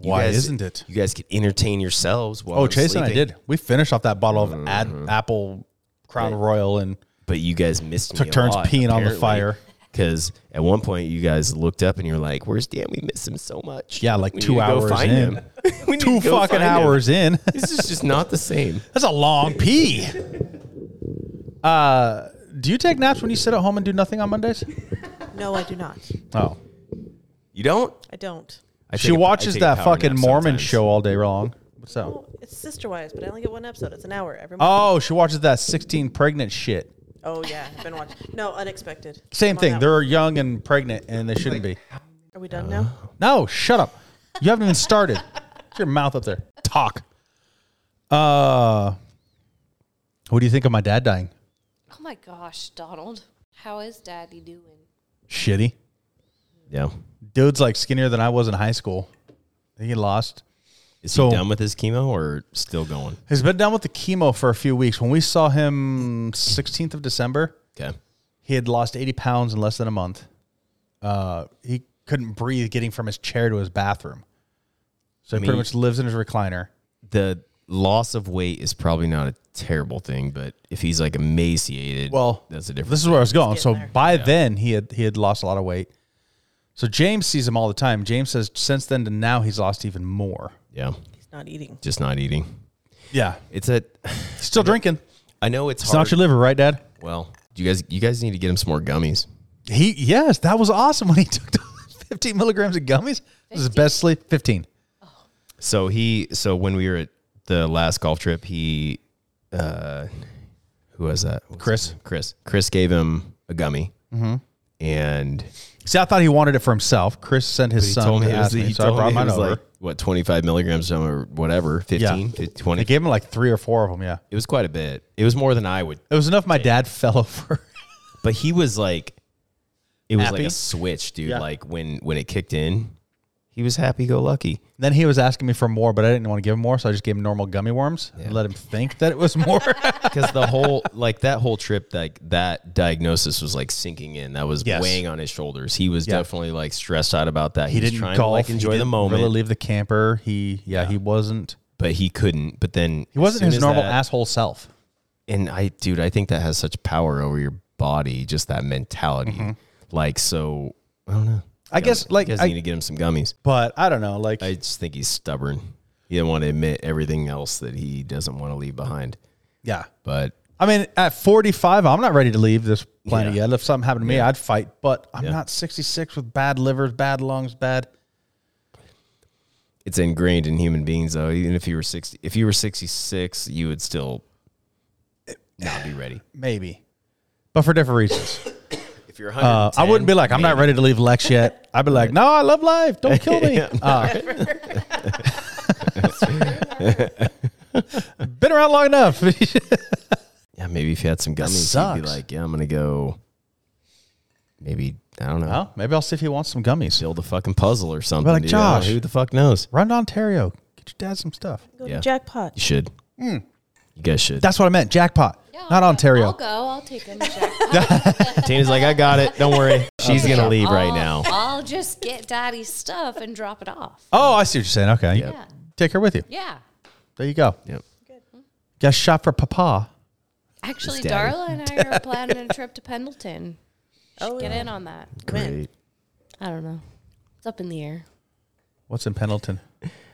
S5: You
S4: Why
S5: guys-
S4: isn't it?
S5: You guys could entertain yourselves while
S4: Oh,
S5: I'm
S4: Chase and I
S5: sleeping. Mm-hmm.
S4: did. We finished off that bottle of ad, apple Crown Royal, and
S5: but you guys missed
S4: Took
S5: me a
S4: turns
S5: lot,
S4: peeing on the fire.
S5: Because at one point you guys looked up and you're like, "Where's Dan? We miss him so much."
S4: Yeah, like
S5: We
S4: two
S5: need to go
S4: hours
S5: find
S4: in.
S5: him. We need
S4: two
S5: to go
S4: fucking
S5: find him.
S4: hours in.
S5: This is just not the same.
S4: That's a long pee. Uh, do you take naps when you sit at home and do nothing on Mondays?
S7: No, I do not.
S4: Oh,
S5: You don't.
S7: I don't.
S5: I
S4: she
S5: take a- I
S4: watches
S5: take a
S4: that
S5: power
S4: fucking
S5: nap
S4: Mormon
S5: sometimes.
S4: show all day long. What's that?
S7: Oh, it's sister wives, but I only get one episode. It's an hour every month.
S4: Oh, she watches that 16 pregnant shit.
S7: Oh yeah, I've been watching. No, unexpected. Come
S4: Same
S7: on
S4: thing.
S7: out.
S4: They're young and pregnant, and they shouldn't be.
S7: Are we done now?
S4: No, shut up. You haven't even started. Put your mouth up there. Talk. Uh, what do you think of my dad dying?
S6: oh my gosh, Donald, how is Daddy doing?
S4: Shitty.
S5: Yeah.
S4: Dude's like skinnier than I was in high school. He lost.
S5: Is
S4: So-
S5: he done with his chemo or still going?
S4: He's been down with the chemo for a few weeks. When we saw him 16th of December,
S5: Okay.
S4: he had lost 80 pounds in less than a month. Uh, he couldn't breathe getting from his chair to his bathroom. So he
S5: mean,
S4: pretty much lives in his recliner.
S5: The loss of weight is probably not a terrible thing, but if he's like emaciated,
S4: Well,
S5: that's a different.
S4: This is where I was going. So by then he had he had lost a lot of weight. So James sees him all the time. James says since then to now he's lost even more.
S5: yeah,
S7: He's not eating.
S5: just not eating.
S4: Yeah,
S5: It's a.
S4: still drinking.
S5: I know it's
S4: It's not
S5: hard.
S4: your liver, right, Dad?
S5: well, you guys, you guys need to get him some more gummies.
S4: He yes, that was awesome when he took the 15 milligrams of gummies. This is best sleep. 15.
S5: So he, so when we were at the last golf trip, he, uh, who was that? What was
S4: Chris. Mm-hmm.
S5: his name? Chris. Chris gave him a gummy, and
S4: See, I thought he wanted it for himself. Chris sent his
S5: he
S4: son
S5: told me
S4: to
S5: it was,
S4: ask
S5: he
S4: me, so I
S5: told me
S4: brought
S5: it
S4: mine
S5: was
S4: over.
S5: like what twenty five milligrams or whatever, 15,
S4: Yeah.
S5: 20.
S4: I gave him like three or four of them. Yeah,
S5: it was quite a bit. It was more than I would,
S4: it was enough. My dad fell over.
S5: but he was like, it was like
S4: Happy?
S5: a switch, dude.
S4: Yeah.
S5: Like when when it kicked in, he was happy go lucky.
S4: Then he was asking me for more, but I didn't want to give him more, so I just gave him normal gummy worms. and Let him think that it was more.
S5: because the whole like that whole trip like that diagnosis was like sinking in that was
S4: Yes.
S5: weighing on his shoulders he was
S4: Yeah.
S5: definitely like stressed out about that he,
S4: he
S5: was
S4: didn't
S5: trying
S4: golf.
S5: to like
S4: he
S5: enjoy the
S4: didn't
S5: moment
S4: Really leave the camper. He yeah, he wasn't.
S5: but he couldn't but then
S4: He wasn't his normal
S5: ass.
S4: asshole self.
S5: and I, dude, I think that has such power over your body, just that mentality. Like, so I don't know.
S4: Mm-hmm. I guess, like,
S5: you guys
S4: I-
S5: need to get him some gummies.
S4: But I don't know. Like
S5: I just think he's stubborn. He didn't want to admit everything else that he doesn't want to leave behind.
S4: Yeah.
S5: But
S4: I mean, at 45, I'm not ready to leave this planet
S5: Yeah.
S4: yet. If something happened to me, I'd fight, but I'm
S5: Yeah.
S4: not 66 with bad livers, bad lungs, bad.
S5: it's ingrained in human beings though. Even if you were sixty if you were sixty six, you would still not be ready.
S4: Maybe. But for different reasons.
S5: If you're
S4: Uh, I wouldn't be like, I'm not ready to leave Lex yet. I'd be like, no, I love life. Don't kill me. Uh, been around long enough.
S5: Yeah, maybe if you had some gummies, you'd
S4: sucks.
S5: be like, Yeah, I'm gonna go maybe I don't know.
S4: well, maybe I'll see if he wants some gummies.
S5: Build a fucking puzzle or something.
S4: like,
S5: dude. I don't know.
S4: Josh.
S5: Who the fuck knows?
S4: Run to Ontario. Get your dad some stuff.
S7: Go
S5: Yeah.
S7: to jackpot.
S5: You should. Hmm. You guys should.
S4: That's what I meant. Jackpot. not
S6: I'll
S4: Ontario.
S6: go. I'll take him. Jack.
S5: Tina's like, I got it. Don't worry. She's gonna leave right now.
S6: I'll just get daddy's stuff and drop it off.
S4: Oh, I see what you're saying. Okay.
S6: Yeah.
S4: Take her with you.
S6: Yeah.
S4: There you go.
S5: Yep.
S4: Guys, shop for Papa.
S6: Actually,
S5: Just daddy.
S6: Darla and I are planning a trip to Pendleton.
S7: Oh,
S6: Get
S7: yeah.
S6: in on that.
S5: Great.
S6: I don't know. It's up in the air.
S4: What's in Pendleton?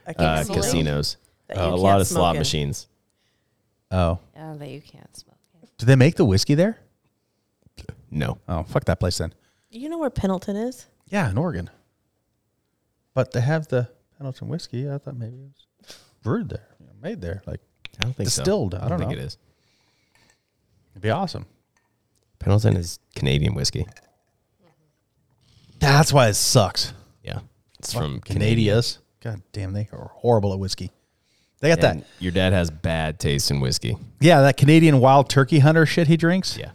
S7: I can't
S5: Uh,
S7: believe
S5: casinos.
S7: that you
S5: Uh, a
S7: can't
S5: lot of
S7: smoke
S5: slot
S7: in.
S5: machines.
S4: Oh,
S6: Oh, that you can't smoke.
S4: do they make the whiskey there?
S5: No.
S4: Oh, fuck that place then.
S7: You know where Pendleton is?
S4: Yeah, in Oregon. But they have the Pendleton whiskey. I thought maybe it was brewed there, you know, made there. Like,
S5: I don't think so.
S4: Distilled. I don't
S5: think
S4: know.
S5: it is.
S4: it'd be awesome.
S5: Pendleton is Canadian whiskey.
S4: That's why it sucks.
S5: Yeah. It's
S4: Fuck
S5: from Canada.
S4: Canadias. God damn, they are horrible at whiskey. They got
S5: And
S4: that.
S5: your dad has bad taste in whiskey.
S4: Yeah, that Canadian wild turkey hunter shit he drinks.
S5: Yeah.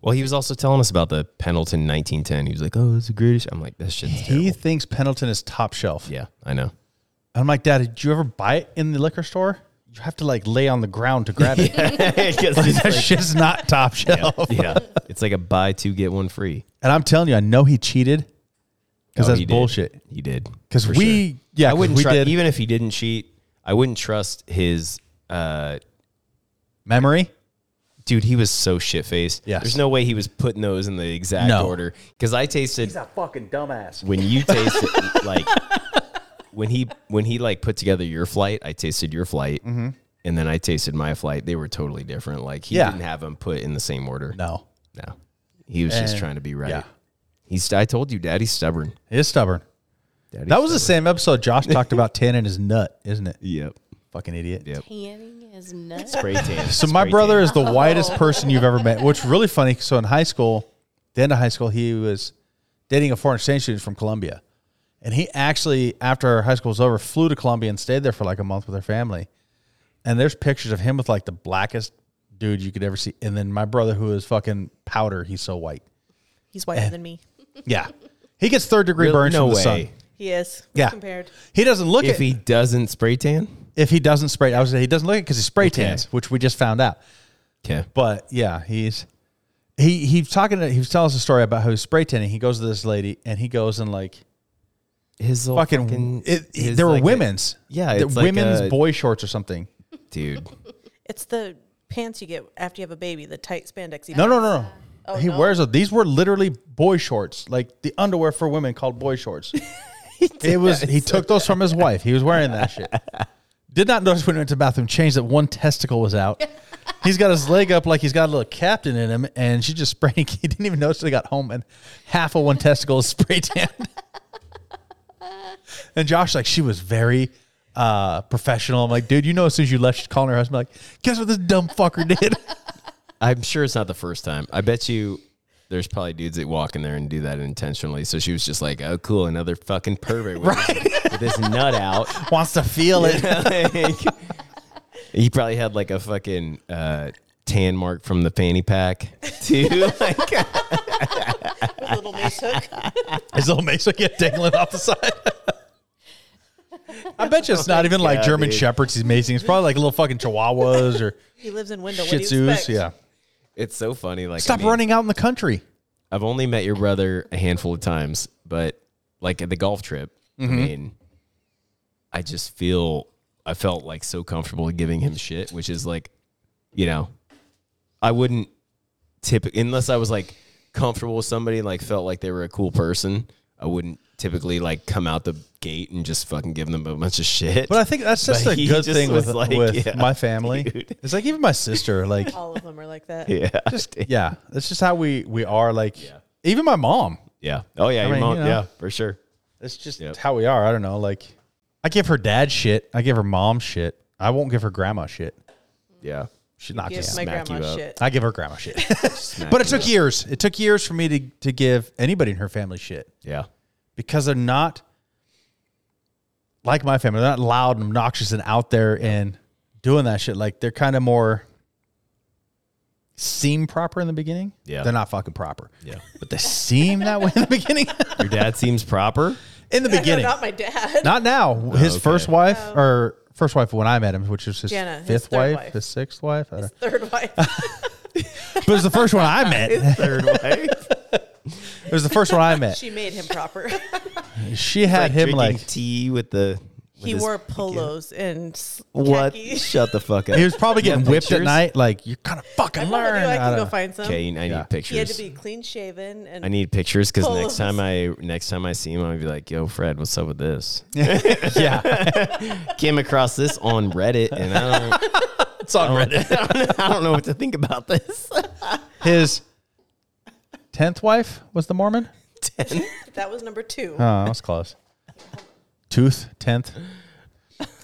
S5: Well, he was also telling us about the Pendleton 1910. He was like, "Oh, it's the greatest." I'm like, "That shit's
S4: He
S5: terrible."
S4: thinks Pendleton is top shelf.
S5: Yeah, I know.
S4: I'm like, Dad, did you ever buy it in the liquor store? You have to like lay on the ground to grab it. that shit's not top shelf.
S5: yeah, it's like a buy two get one free.
S4: And I'm telling you, I know he cheated because
S5: Oh,
S4: that's
S5: he did.
S4: bullshit.
S5: He did
S4: Because
S5: for
S4: we,
S5: sure.
S4: yeah,
S5: I
S4: 'cause
S5: wouldn't
S4: we
S5: trust
S4: did
S5: even if he didn't cheat. I wouldn't trust his uh,
S4: memory.
S5: dude. He was so shit faced.
S4: Yes.
S5: there's no way he was putting those in the exact
S4: No.
S5: order. Because I tasted
S4: a fucking dumbass.
S5: when you tasted like when he when he like put together your flight, I tasted your flight,
S4: Mm-hmm.
S5: and then I tasted my flight. They were totally different. Like he
S4: Yeah.
S5: didn't have them put in the same order.
S4: No,
S5: No. he was just
S4: And-
S5: trying to be right.
S4: yeah.
S5: He's. I told you, Daddy's stubborn.
S4: he is stubborn.
S5: Daddy's
S4: That was the
S5: stubborn.
S4: same episode Josh talked about tan and his nut, isn't it?
S5: Yep.
S4: Fucking idiot.
S5: Yep.
S6: Tanning is nuts.
S5: Spray tan.
S4: So my brother is the whitest person you've ever met, which is really funny. So in high school, the end of high school, he was dating a foreign exchange student from Colombia, and he actually, after high school was over, flew to Colombia and stayed there for like a month with her family. And there's pictures of him with like the blackest dude you could ever see, and then my brother, who is fucking powder, he's so white.
S7: He's
S4: Eh.
S7: whiter than me.
S4: Yeah, he gets third degree burns
S5: no
S4: from the
S5: way.
S4: sun.
S7: He is.
S4: Yeah,
S7: Compared.
S4: he doesn't look
S5: If
S4: it.
S5: he doesn't spray tan,
S4: if he doesn't spray. I was he doesn't look it because he spray
S5: Okay.
S4: tans, which we just found out.
S5: okay.
S4: But yeah, he's he he's talking. To, he was telling us a story about how he's spray tanning. He goes to this lady and he goes and like
S5: His little
S4: fucking.
S5: fucking
S4: it,
S5: his
S4: there were
S5: like a-
S4: women's,
S5: yeah,
S4: the
S5: it's like
S4: women's
S5: a-
S4: boy shorts or something.
S5: dude.
S7: It's the pants you get after you have a baby, the tight spandexy.
S4: No, no, no, no.
S7: Oh,
S4: he
S7: no?
S4: wears a, these were literally boy shorts, like the underwear for women called boy shorts. it was he took those from his wife. He was wearing that shit. Did not notice when he went to the bathroom, changed that one testicle was out. He's got his leg up like he's got a little captain in him, and she just sprayed. He didn't even notice till he got home, and half of one testicle is spray tan. and Josh, like, she was very uh, professional. I'm like, dude, you know, as soon as you left, she's calling her husband, like, guess what this dumb fucker did?
S5: I'm sure it's not the first time. I bet you there's probably dudes that walk in there and do that intentionally. So she was just like, "Oh, cool, another fucking pervert with, his, with his nut out."
S4: Wants to feel it.
S5: Like, he probably had like a fucking uh, tan mark from the fanny pack too. like,
S7: Little moose hook.
S4: His little mace will get dangling off the side. I bet you it's not even like
S5: God,
S4: German
S5: dude.
S4: shepherds he's amazing. It's probably like little fucking chihuahuas or
S7: He lives in window.
S4: shih
S7: what do you
S4: tzus.
S7: expect?
S4: Yeah.
S5: it's so funny. Like, I
S4: Stop
S5: mean,
S4: running out in the country.
S5: I've only met your brother a handful of times, but like at the golf trip,
S4: Mm-hmm.
S5: I mean, I just feel I felt like so comfortable giving him shit, which is like, you know, I wouldn't tip unless I was like comfortable with somebody and like felt like they were a cool person. I I wouldn't typically like come out the gate and just fucking give them a bunch of shit.
S4: But I think that's just
S5: But
S4: a
S5: he
S4: good
S5: just
S4: thing with,
S5: was like,
S4: with
S5: yeah,
S4: my family.
S5: dude.
S4: It's like even my sister, like
S7: All of them are like that.
S5: yeah,
S4: just yeah, that's just how we we are. Like even my mom,
S5: yeah. Oh yeah, your
S4: mean,
S5: mom-
S4: you know.
S5: yeah, for sure.
S4: It's just
S5: Yep.
S4: how we are. I don't know. Like, I give her dad shit. I give her mom shit. I won't give her grandma shit.
S5: Yeah,
S4: She's not
S7: Give
S4: just.
S7: my
S5: smack you
S7: grandma
S5: up.
S7: shit.
S4: I give her grandma shit. but it took years. It took years for me to, to give anybody in her family shit
S5: yeah,
S4: because they're not like my family. They're not loud and obnoxious and out there and doing that shit. Like, they're kind of more seem proper in the beginning.
S5: Yeah.
S4: They're not fucking proper.
S5: yeah.
S4: But they seem that way in the beginning.
S5: Your dad seems proper.
S4: in the
S7: No,
S4: beginning.
S7: not my dad.
S4: Not now. His
S5: Oh, okay.
S4: first wife or first wife when I met him, which was his
S7: Jenna, his
S4: fifth
S7: third
S4: wife,
S7: wife.
S4: his sixth wife. I don't-
S7: Third wife.
S4: But it was the first one I met. it was the first one I met.
S7: she made him proper.
S4: She had him
S5: drinking
S4: like
S5: tea with the. with
S7: he
S5: his-
S7: wore polos and s-
S5: What?
S7: khaki.
S5: Shut the fuck up.
S4: he was probably
S5: You have
S4: getting whipped at
S5: pictures?
S4: night. Like you're gonna fucking
S7: I
S4: learn.
S7: probably do. I
S4: I
S7: can go
S4: don't know.
S7: find some.
S5: Okay, I need
S4: Yeah.
S5: pictures.
S7: He had to be clean shaven and
S5: I need pictures because
S7: Polos.
S5: next time I next time I see him, I'll be like, "Yo, Fred, what's up with this?"
S4: yeah,
S5: Came across this on Reddit, and I don't.
S4: it's on
S5: I don't, I don't know what to think about this.
S4: His tenth wife was the Mormon.
S7: that was number two.
S4: Oh, that was close. Tooth tenth.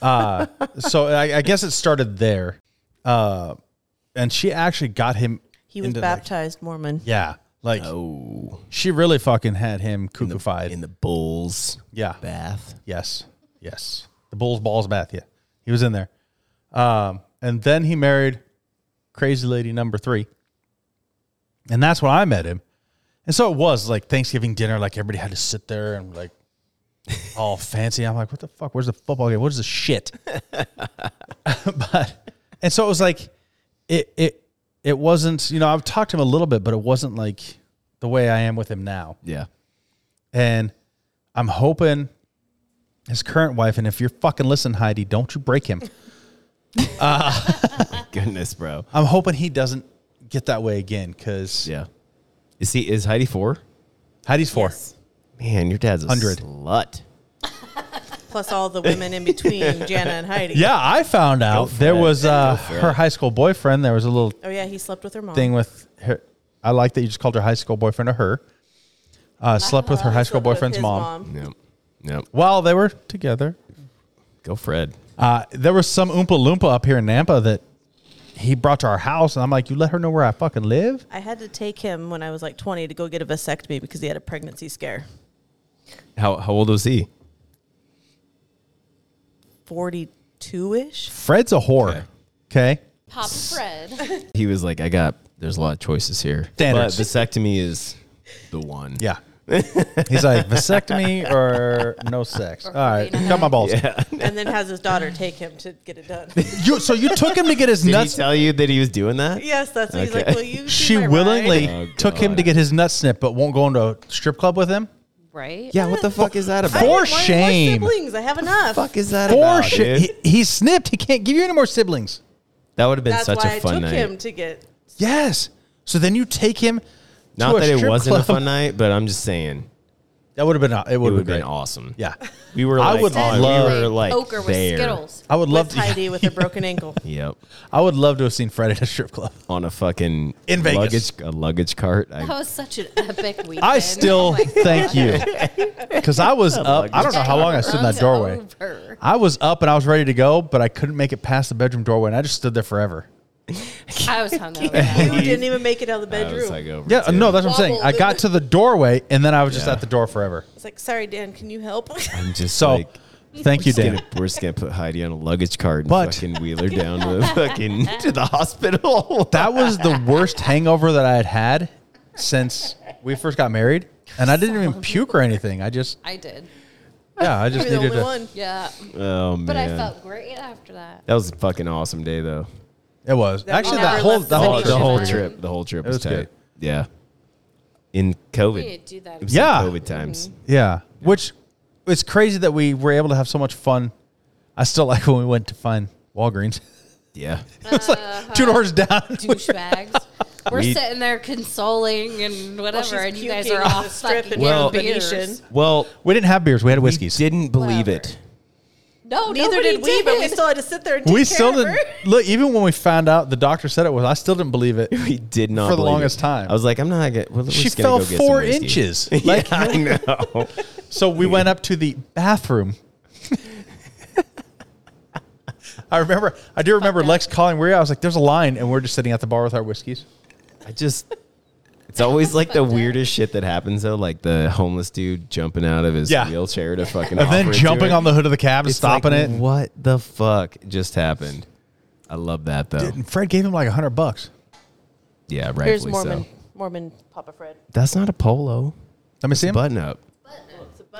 S4: Uh, so I, I guess it started there, uh, and she actually got him.
S7: he was
S4: into, like,
S7: baptized Mormon.
S4: Yeah. Like
S5: Oh,
S4: she really fucking had him cuckoofied.
S5: in the bulls
S4: yeah.
S5: bath.
S4: Yes. Yes. The Bulls balls bath. Yeah. He was in there. Um, and then he married crazy lady number three. And that's when I met him. And so it was like Thanksgiving dinner, like everybody had to sit there and like all fancy. I'm like, what the fuck? Where's the football game? What is this shit? but and so it was like it it it wasn't, you know, I've talked to him a little bit, but it wasn't like the way I am with him now
S5: Yeah,
S4: and I'm hoping his current wife. And if you're fucking listening, Heidi, don't you break him.
S5: goodness, bro.
S4: I'm hoping he doesn't get that way again because
S5: Yeah, is he is Heidi four?
S4: Heidi's four.
S5: Man, your dad's a
S4: 100.
S5: slut.
S7: Plus all the women in between Jana and Heidi.
S4: Yeah, I found out
S5: for
S4: there
S5: it.
S4: was uh,
S5: for it.
S4: her high school boyfriend. There was a little
S7: Oh yeah, he slept with her mom.
S4: thing with her. I like that you just called her high school boyfriend a her. Uh, slept with her high school
S7: Slept with
S4: boyfriend's
S7: his
S4: mom.
S5: Yep, yep.
S4: While they were together,
S5: Go, Fred.
S4: uh, there was some Oompa Loompa up here in Nampa that he brought to our house, and I'm like, "You let her know where I fucking live."
S7: I had to take him when I was like 20 to go get a vasectomy because he had a pregnancy scare.
S5: How how old was he?
S7: 42 ish.
S4: Fred's a whore. okay?
S6: Papa Fred.
S5: He was like, I got. There's a lot of choices here.
S4: Standards.
S5: But vasectomy is the one.
S4: Yeah. He's like vasectomy or no sex. All right, cut my balls.
S7: And then has his daughter take him to get it done.
S4: You so you took him to get his
S5: Did
S4: nuts.
S5: he tell you that he was doing that?
S7: yes, that's what he's like.
S5: Okay.
S7: Will you? be
S4: she
S7: my
S4: willingly
S7: ride?"
S5: Oh,
S4: took him
S5: God.
S4: to get his nuts snipped, but won't go into a strip club with him.
S6: Right?
S5: Yeah. What the fuck is that about?
S4: For
S7: Why do you want
S4: shame.
S7: siblings. I have enough.
S5: fuck is that
S4: Or
S5: about?
S4: shit,
S5: dude?
S4: he, he's snipped. He can't give you any more siblings.
S5: That would have been
S7: That's
S5: such
S7: why
S5: a fun
S7: I took
S5: night.
S7: him to get.
S4: Yes. So then you take him. to
S5: Not
S4: a
S5: that it
S4: strip
S5: wasn't a
S4: club.
S5: fun night, but I'm just saying
S4: That would have been. It
S5: it
S4: would
S5: would
S4: have
S5: have
S4: been.
S5: been
S4: Great.
S5: awesome.
S4: Yeah.
S5: We were
S4: I
S5: like,
S4: would
S5: on-
S4: love-
S5: we were like
S6: Ochre with
S5: there.
S6: Skittles.
S4: I would love
S7: With
S4: to.
S7: Heidi with a broken ankle.
S5: Yep.
S4: I would love to have seen Fred at a strip club.
S5: On a fucking
S4: In Vegas.
S5: luggage a luggage cart.
S6: That
S5: I,
S6: was such an epic weekend. Oh
S4: I
S7: Oh
S4: still thank you because I was up. I don't know how long I stood in that doorway.
S6: Over.
S4: I was up and I was ready to go, but I couldn't make it past the bedroom doorway, and I just stood there forever.
S6: I was hungover. that
S7: You
S6: one.
S7: didn't even make it out of the
S5: I was
S7: bedroom.
S5: like over.
S4: Yeah,
S5: two.
S4: no, that's what I'm saying. I
S7: Wobbled.
S4: got to the doorway, and then I was just at the door forever.
S7: it's like, sorry, Dan, can you help?
S5: I'm just
S4: So,
S5: like
S4: thank you,
S5: just
S4: Dan.
S5: gonna- we're just gonna put Heidi on a luggage cart and
S4: But-
S5: fucking wheel her down to the fucking to the hospital.
S4: That was the worst hangover that I had had since we first got married, and I didn't even puke or anything. I just,
S6: I did.
S4: yeah, I just
S7: You're the
S4: needed
S7: only
S4: to.
S7: one.
S6: Yeah.
S5: oh man,
S6: But I felt great after that.
S5: that was a fucking awesome day though.
S4: It was actually
S7: never
S4: that whole
S7: left the
S4: the
S5: The
S4: whole,
S5: whole,
S6: Venetian
S4: the whole
S6: Island.
S4: trip.
S5: trip, the whole trip
S4: It
S5: was,
S4: was
S5: tight.
S4: good.
S5: Yeah, in COVID,
S6: We did do that.
S5: It was
S4: Yeah.
S5: in COVID times.
S6: Mm-hmm.
S4: Yeah, which it's crazy that we were able to have so much fun. I still like when we went to find Walgreens.
S5: Yeah,
S7: Uh-huh.
S4: Two doors down.
S6: Douchebags. We're
S5: We-
S6: sitting there consoling and whatever, and you guys are all fucking well,
S5: Well-
S7: Venetian.
S5: Well,
S4: We didn't have beers. We had whiskeys.
S5: We didn't believe it.
S6: No,
S7: Neither did we, but we still had to sit there and take
S4: we
S7: care
S4: still
S7: of her.
S4: didn't look. Even when we found out the doctor said it was, I still didn't believe it.
S5: We did not
S4: For the
S5: believe it.
S4: longest time.
S5: I was like, I'm not gonna. We're, we're
S4: She
S5: just gonna
S4: fell
S5: go get some
S4: four
S5: whiskey.
S4: inches.
S5: Yeah,
S4: Like-
S5: I know.
S4: So we went up to the bathroom. I remember. I do remember Lex calling. We're. I was like, "There's a line," and we're just sitting at the bar with our whiskeys.
S5: I just. It's always like the weirdest shit that happens though, like the homeless dude jumping out of his
S4: Yeah.
S5: wheelchair to fucking
S4: and
S5: hop
S4: then
S5: into
S4: jumping
S5: it.
S4: on the hood of the cab and
S5: It's
S4: stopping
S5: like,
S4: it.
S5: What the fuck just happened? I love that though.
S4: And Fred gave him like a hundred bucks.
S5: Yeah,
S7: Here's
S5: rightfully
S7: Mormon,
S5: so.
S7: Mormon Papa Fred.
S5: That's not a polo.
S4: Let me see him.
S5: Button up.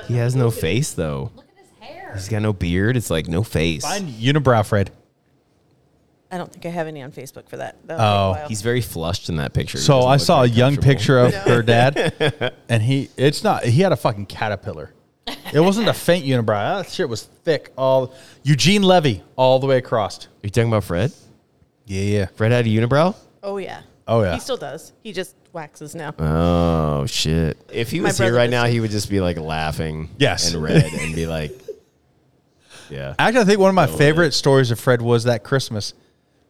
S5: He has no face though. Look at his hair. He's got no beard. It's like no face.
S4: Find unibrow, Fred.
S7: I don't think I have any on Facebook for that. that
S4: Oh.
S5: He's very flushed in that picture. He
S4: So
S5: doesn't
S4: I
S5: look
S4: saw a
S5: very
S4: young
S5: comfortable.
S4: picture of her dad, and he it's not he had a fucking caterpillar. It wasn't a faint unibrow. That shit was thick. All Eugene Levy all the way across.
S5: Are you talking about Fred?
S4: Yeah, yeah.
S5: Fred had a unibrow?
S7: oh yeah.
S4: Oh, yeah. Uh,
S7: He still does. He just waxes now.
S5: Oh shit! If he
S7: My
S5: was here
S7: brother
S5: right
S7: does
S5: now,
S7: too.
S5: he would just be like laughing,
S4: Yes.
S5: and red, and be like, "Yeah,
S4: Actually, I think one of my favorite stories of Fred was that Christmas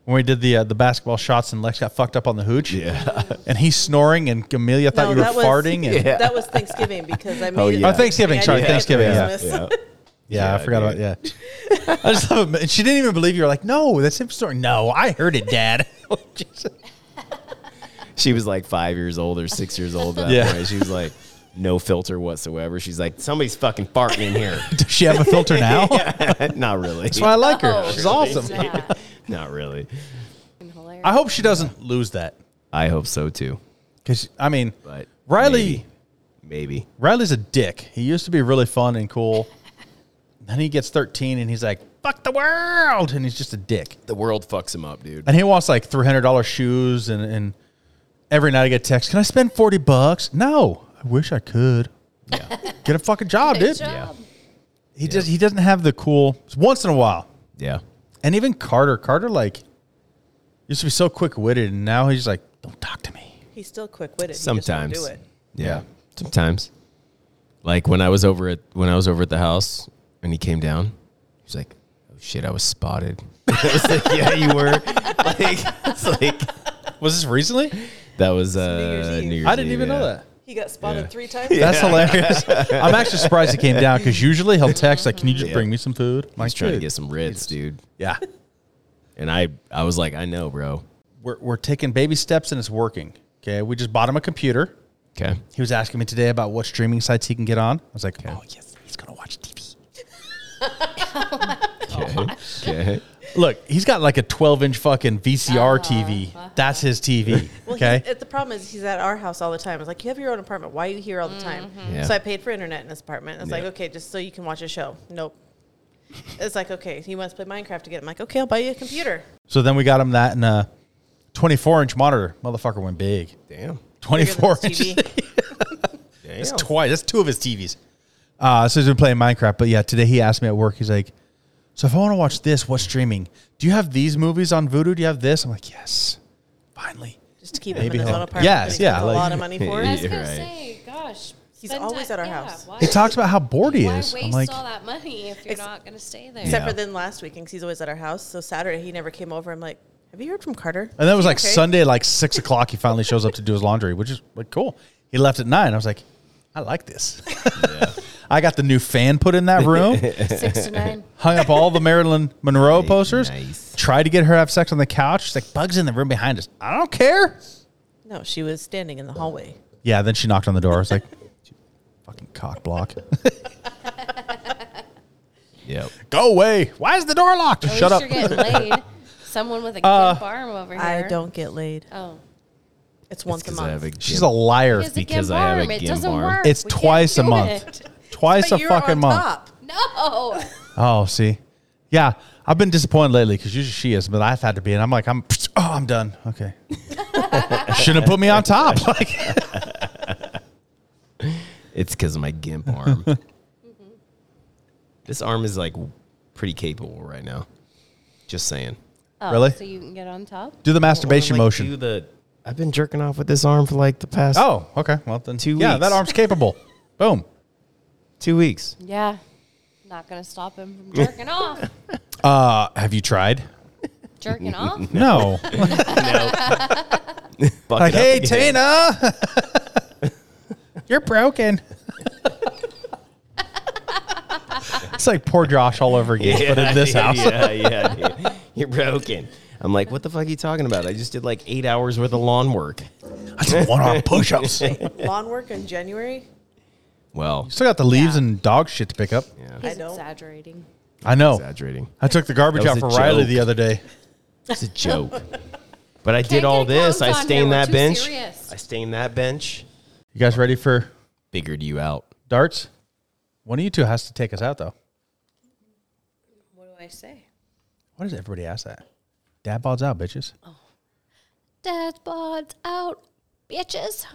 S4: when we did the uh, the basketball shots and Lex got fucked up on the hooch.
S5: yeah."
S4: and he's snoring, and Amelia thought
S7: No,
S4: you were
S7: that was-
S4: farting. And, yeah.
S5: Yeah.
S7: That was Thanksgiving because I made
S5: Oh,
S7: it.
S5: yeah.
S4: Oh, Thanksgiving.
S7: I
S4: Sorry,
S7: did it
S4: Thanksgiving.
S7: for
S4: Yeah,
S7: Christmas.
S5: yeah.
S4: yeah, I
S5: Yeah,
S4: forgot
S5: dude.
S4: about yeah. I just love it. And she didn't even believe you. Were like, no, that's him snoring. No, I heard it, Dad. Oh, Jesus.
S5: She was like five years old or six years old. At that
S4: Yeah.
S5: point. she was like, no filter whatsoever. She's like, "Somebody's fucking farting in here."
S4: Does she have a filter now?
S5: Not really.
S4: That's why I like her. She's awesome.
S6: Yeah.
S5: Not really.
S6: Hilarious.
S4: I hope she doesn't lose that
S5: I hope so too.
S4: because I mean,
S5: But
S4: Riley
S5: maybe, maybe.
S4: Riley's a dick. He used to be really fun and cool. Then he gets 13 and he's like, "Fuck the world," and he's just a dick.
S5: the world fucks him up, dude.
S4: And he wants like $300 shoes and and every night I get a text, "Can I spend 40 bucks?" No, I wish I could. Yeah. Get a fucking job, dude.
S6: job.
S4: He just he doesn't have the cool once in a while.
S5: Yeah,
S4: And even Carter, Carter like used to be so quick-witted and now he's like, "Don't talk to me."
S7: He's still quick witted.
S5: sometimes.
S7: do it.
S5: Yeah. Sometimes. Like when I was over at when I was over at the house and he came down, he's like, "Oh shit, I was spotted." I was like, "Yeah, you were." Like, it's like
S4: Was this recently?
S5: that was
S7: Year's
S5: uh,
S7: Eve.
S5: New Year's
S4: I didn't
S5: Eve,
S4: even
S5: yeah.
S4: know that.
S7: He got spotted
S5: Yeah.
S7: three times.
S4: That's hilarious. I'm actually surprised he came down because usually he'll text like, "Can you just
S5: Yeah.
S4: bring me some food?" I'm
S5: I was
S4: like,
S5: trying to
S4: "Dude."
S5: get some Ritz, dude.
S4: Yeah,
S5: And I I was like, "I know, bro."
S4: we're we're taking baby steps and it's working. Okay, we just bought him a computer.
S5: Okay.
S4: He was asking me today about what streaming sites he can get on. I was like, "Oh yes, he's gonna watch TV."
S7: Oh
S5: Okay. okay.
S4: Look, he's got like a 12 inch fucking VCR
S7: Ah.
S4: TV. That's his TV.
S7: Well,
S4: okay,
S7: he's- it, the problem is he's at our house all the time. I was like, you have your own apartment. Why are you here all the time?
S4: Mm-hmm.
S5: Yeah.
S7: So I paid for internet in his apartment. I was like,
S5: Yeah.
S7: okay, just so you can watch a show. Nope. It's like, okay, he wants to play Minecraft again. I'm like, okay, I'll buy you a computer.
S4: so then we got him that and a 24 inch monitor. Motherfucker went big.
S5: Damn.
S4: 24
S7: Bigger than his
S4: inch.
S7: TV.
S5: Damn.
S4: That's twice. That's two of his TVs. Uh, so he's been playing Minecraft. But yeah, today he asked me at work. He's like, "So if I want to watch this, what's streaming? Do you have these movies on Vudu? Do you have this?" I'm like, "Yes." Finally,
S7: Just to keep
S4: Maybe
S7: him in his
S4: he'll-
S7: own apartment.
S4: Yes,
S7: that he
S4: yeah,
S7: spent A
S4: like-
S7: lot of money for
S6: I
S7: it.
S6: was gonna
S5: You're right.
S6: say, gosh,
S7: He's
S6: spend
S7: always
S6: time-
S7: at our
S6: yeah,
S7: house.
S6: Why,
S4: he talks about how bored he
S6: why
S4: is.
S6: waste
S4: I'm like,
S6: all that money if you're not gonna stay there?
S7: Except for
S5: Yeah.
S7: then last weekend, 'cause he's always at our house. So Saturday, he never came over. I'm like, have you heard from Carter?
S4: and that was like
S7: Okay.
S4: Sunday, like six o'clock. He finally shows up to do his laundry, which is like cool. He left at nine. I was like, I like this. I got the new fan put in that room.
S6: Six to nine.
S4: hung up all the Marilyn Monroe posters.
S5: Nice.
S4: Tried to get her to have sex on the couch. She's like, "Bugs in the room behind us." I don't care.
S7: No, she was standing in the hallway.
S4: Yeah, then she knocked on the door. I was like, fucking cock block.
S5: Yep.
S4: Go away. Why is the door locked?
S6: At
S4: Shut
S6: least
S4: up.
S6: You're getting laid. Someone with a
S5: Uh,
S6: gimp arm over here.
S7: I don't get laid.
S6: Oh,
S7: It's once a
S5: Because I
S7: month.
S5: have a
S4: She's a
S5: gimp.
S4: liar.
S6: He has
S5: because
S6: gimp
S5: I have a
S6: arm. It
S5: gimp
S6: doesn't
S5: arm.
S6: work.
S4: It's
S6: We can't
S4: twice a
S6: do
S4: month.
S6: it.
S4: Twice
S7: But
S4: a
S7: you're
S4: fucking
S7: on
S4: month.
S7: top.
S6: No.
S4: Oh, see. Yeah, I've been disappointed lately because usually she is, but I've had to be, and I'm like, I'm, oh, I'm done. Okay, shouldn't have put me on top. Like,
S5: It's because of my gimp arm. this arm is like pretty capable right now. Just saying.
S6: Oh,
S4: Really?
S6: So you can get on top.
S4: do the masturbation
S5: Like,
S4: motion.
S5: Do the I've been jerking off with this arm for like the past
S4: Oh, okay. Well, then
S5: Two
S4: Yeah,
S5: weeks.
S4: that arm's capable. Boom.
S5: two weeks.
S2: Yeah. Not going to stop him from jerking off.
S4: Uh, have you tried?
S2: Jerking off?
S4: No.
S5: Fuck
S4: like,
S5: it up
S4: hey,
S5: again.
S4: Tina, you're broken. it's like poor Josh all over again, but in this
S5: yeah,
S4: house.
S5: Yeah, yeah, yeah. You're broken. I'm like, what the fuck are you talking about? I just did like eight hours worth of lawn work.
S4: I did one arm push ups. Still
S7: Lawn work in January?
S5: Well,
S4: got the leaves and dog shit to pick up.
S7: I
S2: He's
S7: don't.
S2: exaggerating.
S4: I know.
S5: exaggerating.
S4: I took the garbage
S5: That
S4: out
S5: was
S4: for
S5: a
S4: Riley
S5: joke.
S4: the other day.
S5: It's a joke. But I
S2: Can't
S5: did all
S2: get close
S5: this. I
S2: on here.
S5: stained
S2: We're
S5: that
S2: too
S5: bench.
S2: serious.
S5: I stained that bench.
S4: You guys ready for
S5: Figured you out.
S4: darts? One of you two has to take us out, though.
S2: What do I say?
S4: Why does everybody ask that? Dad bods out, bitches.
S2: Dad bod's out, bitches.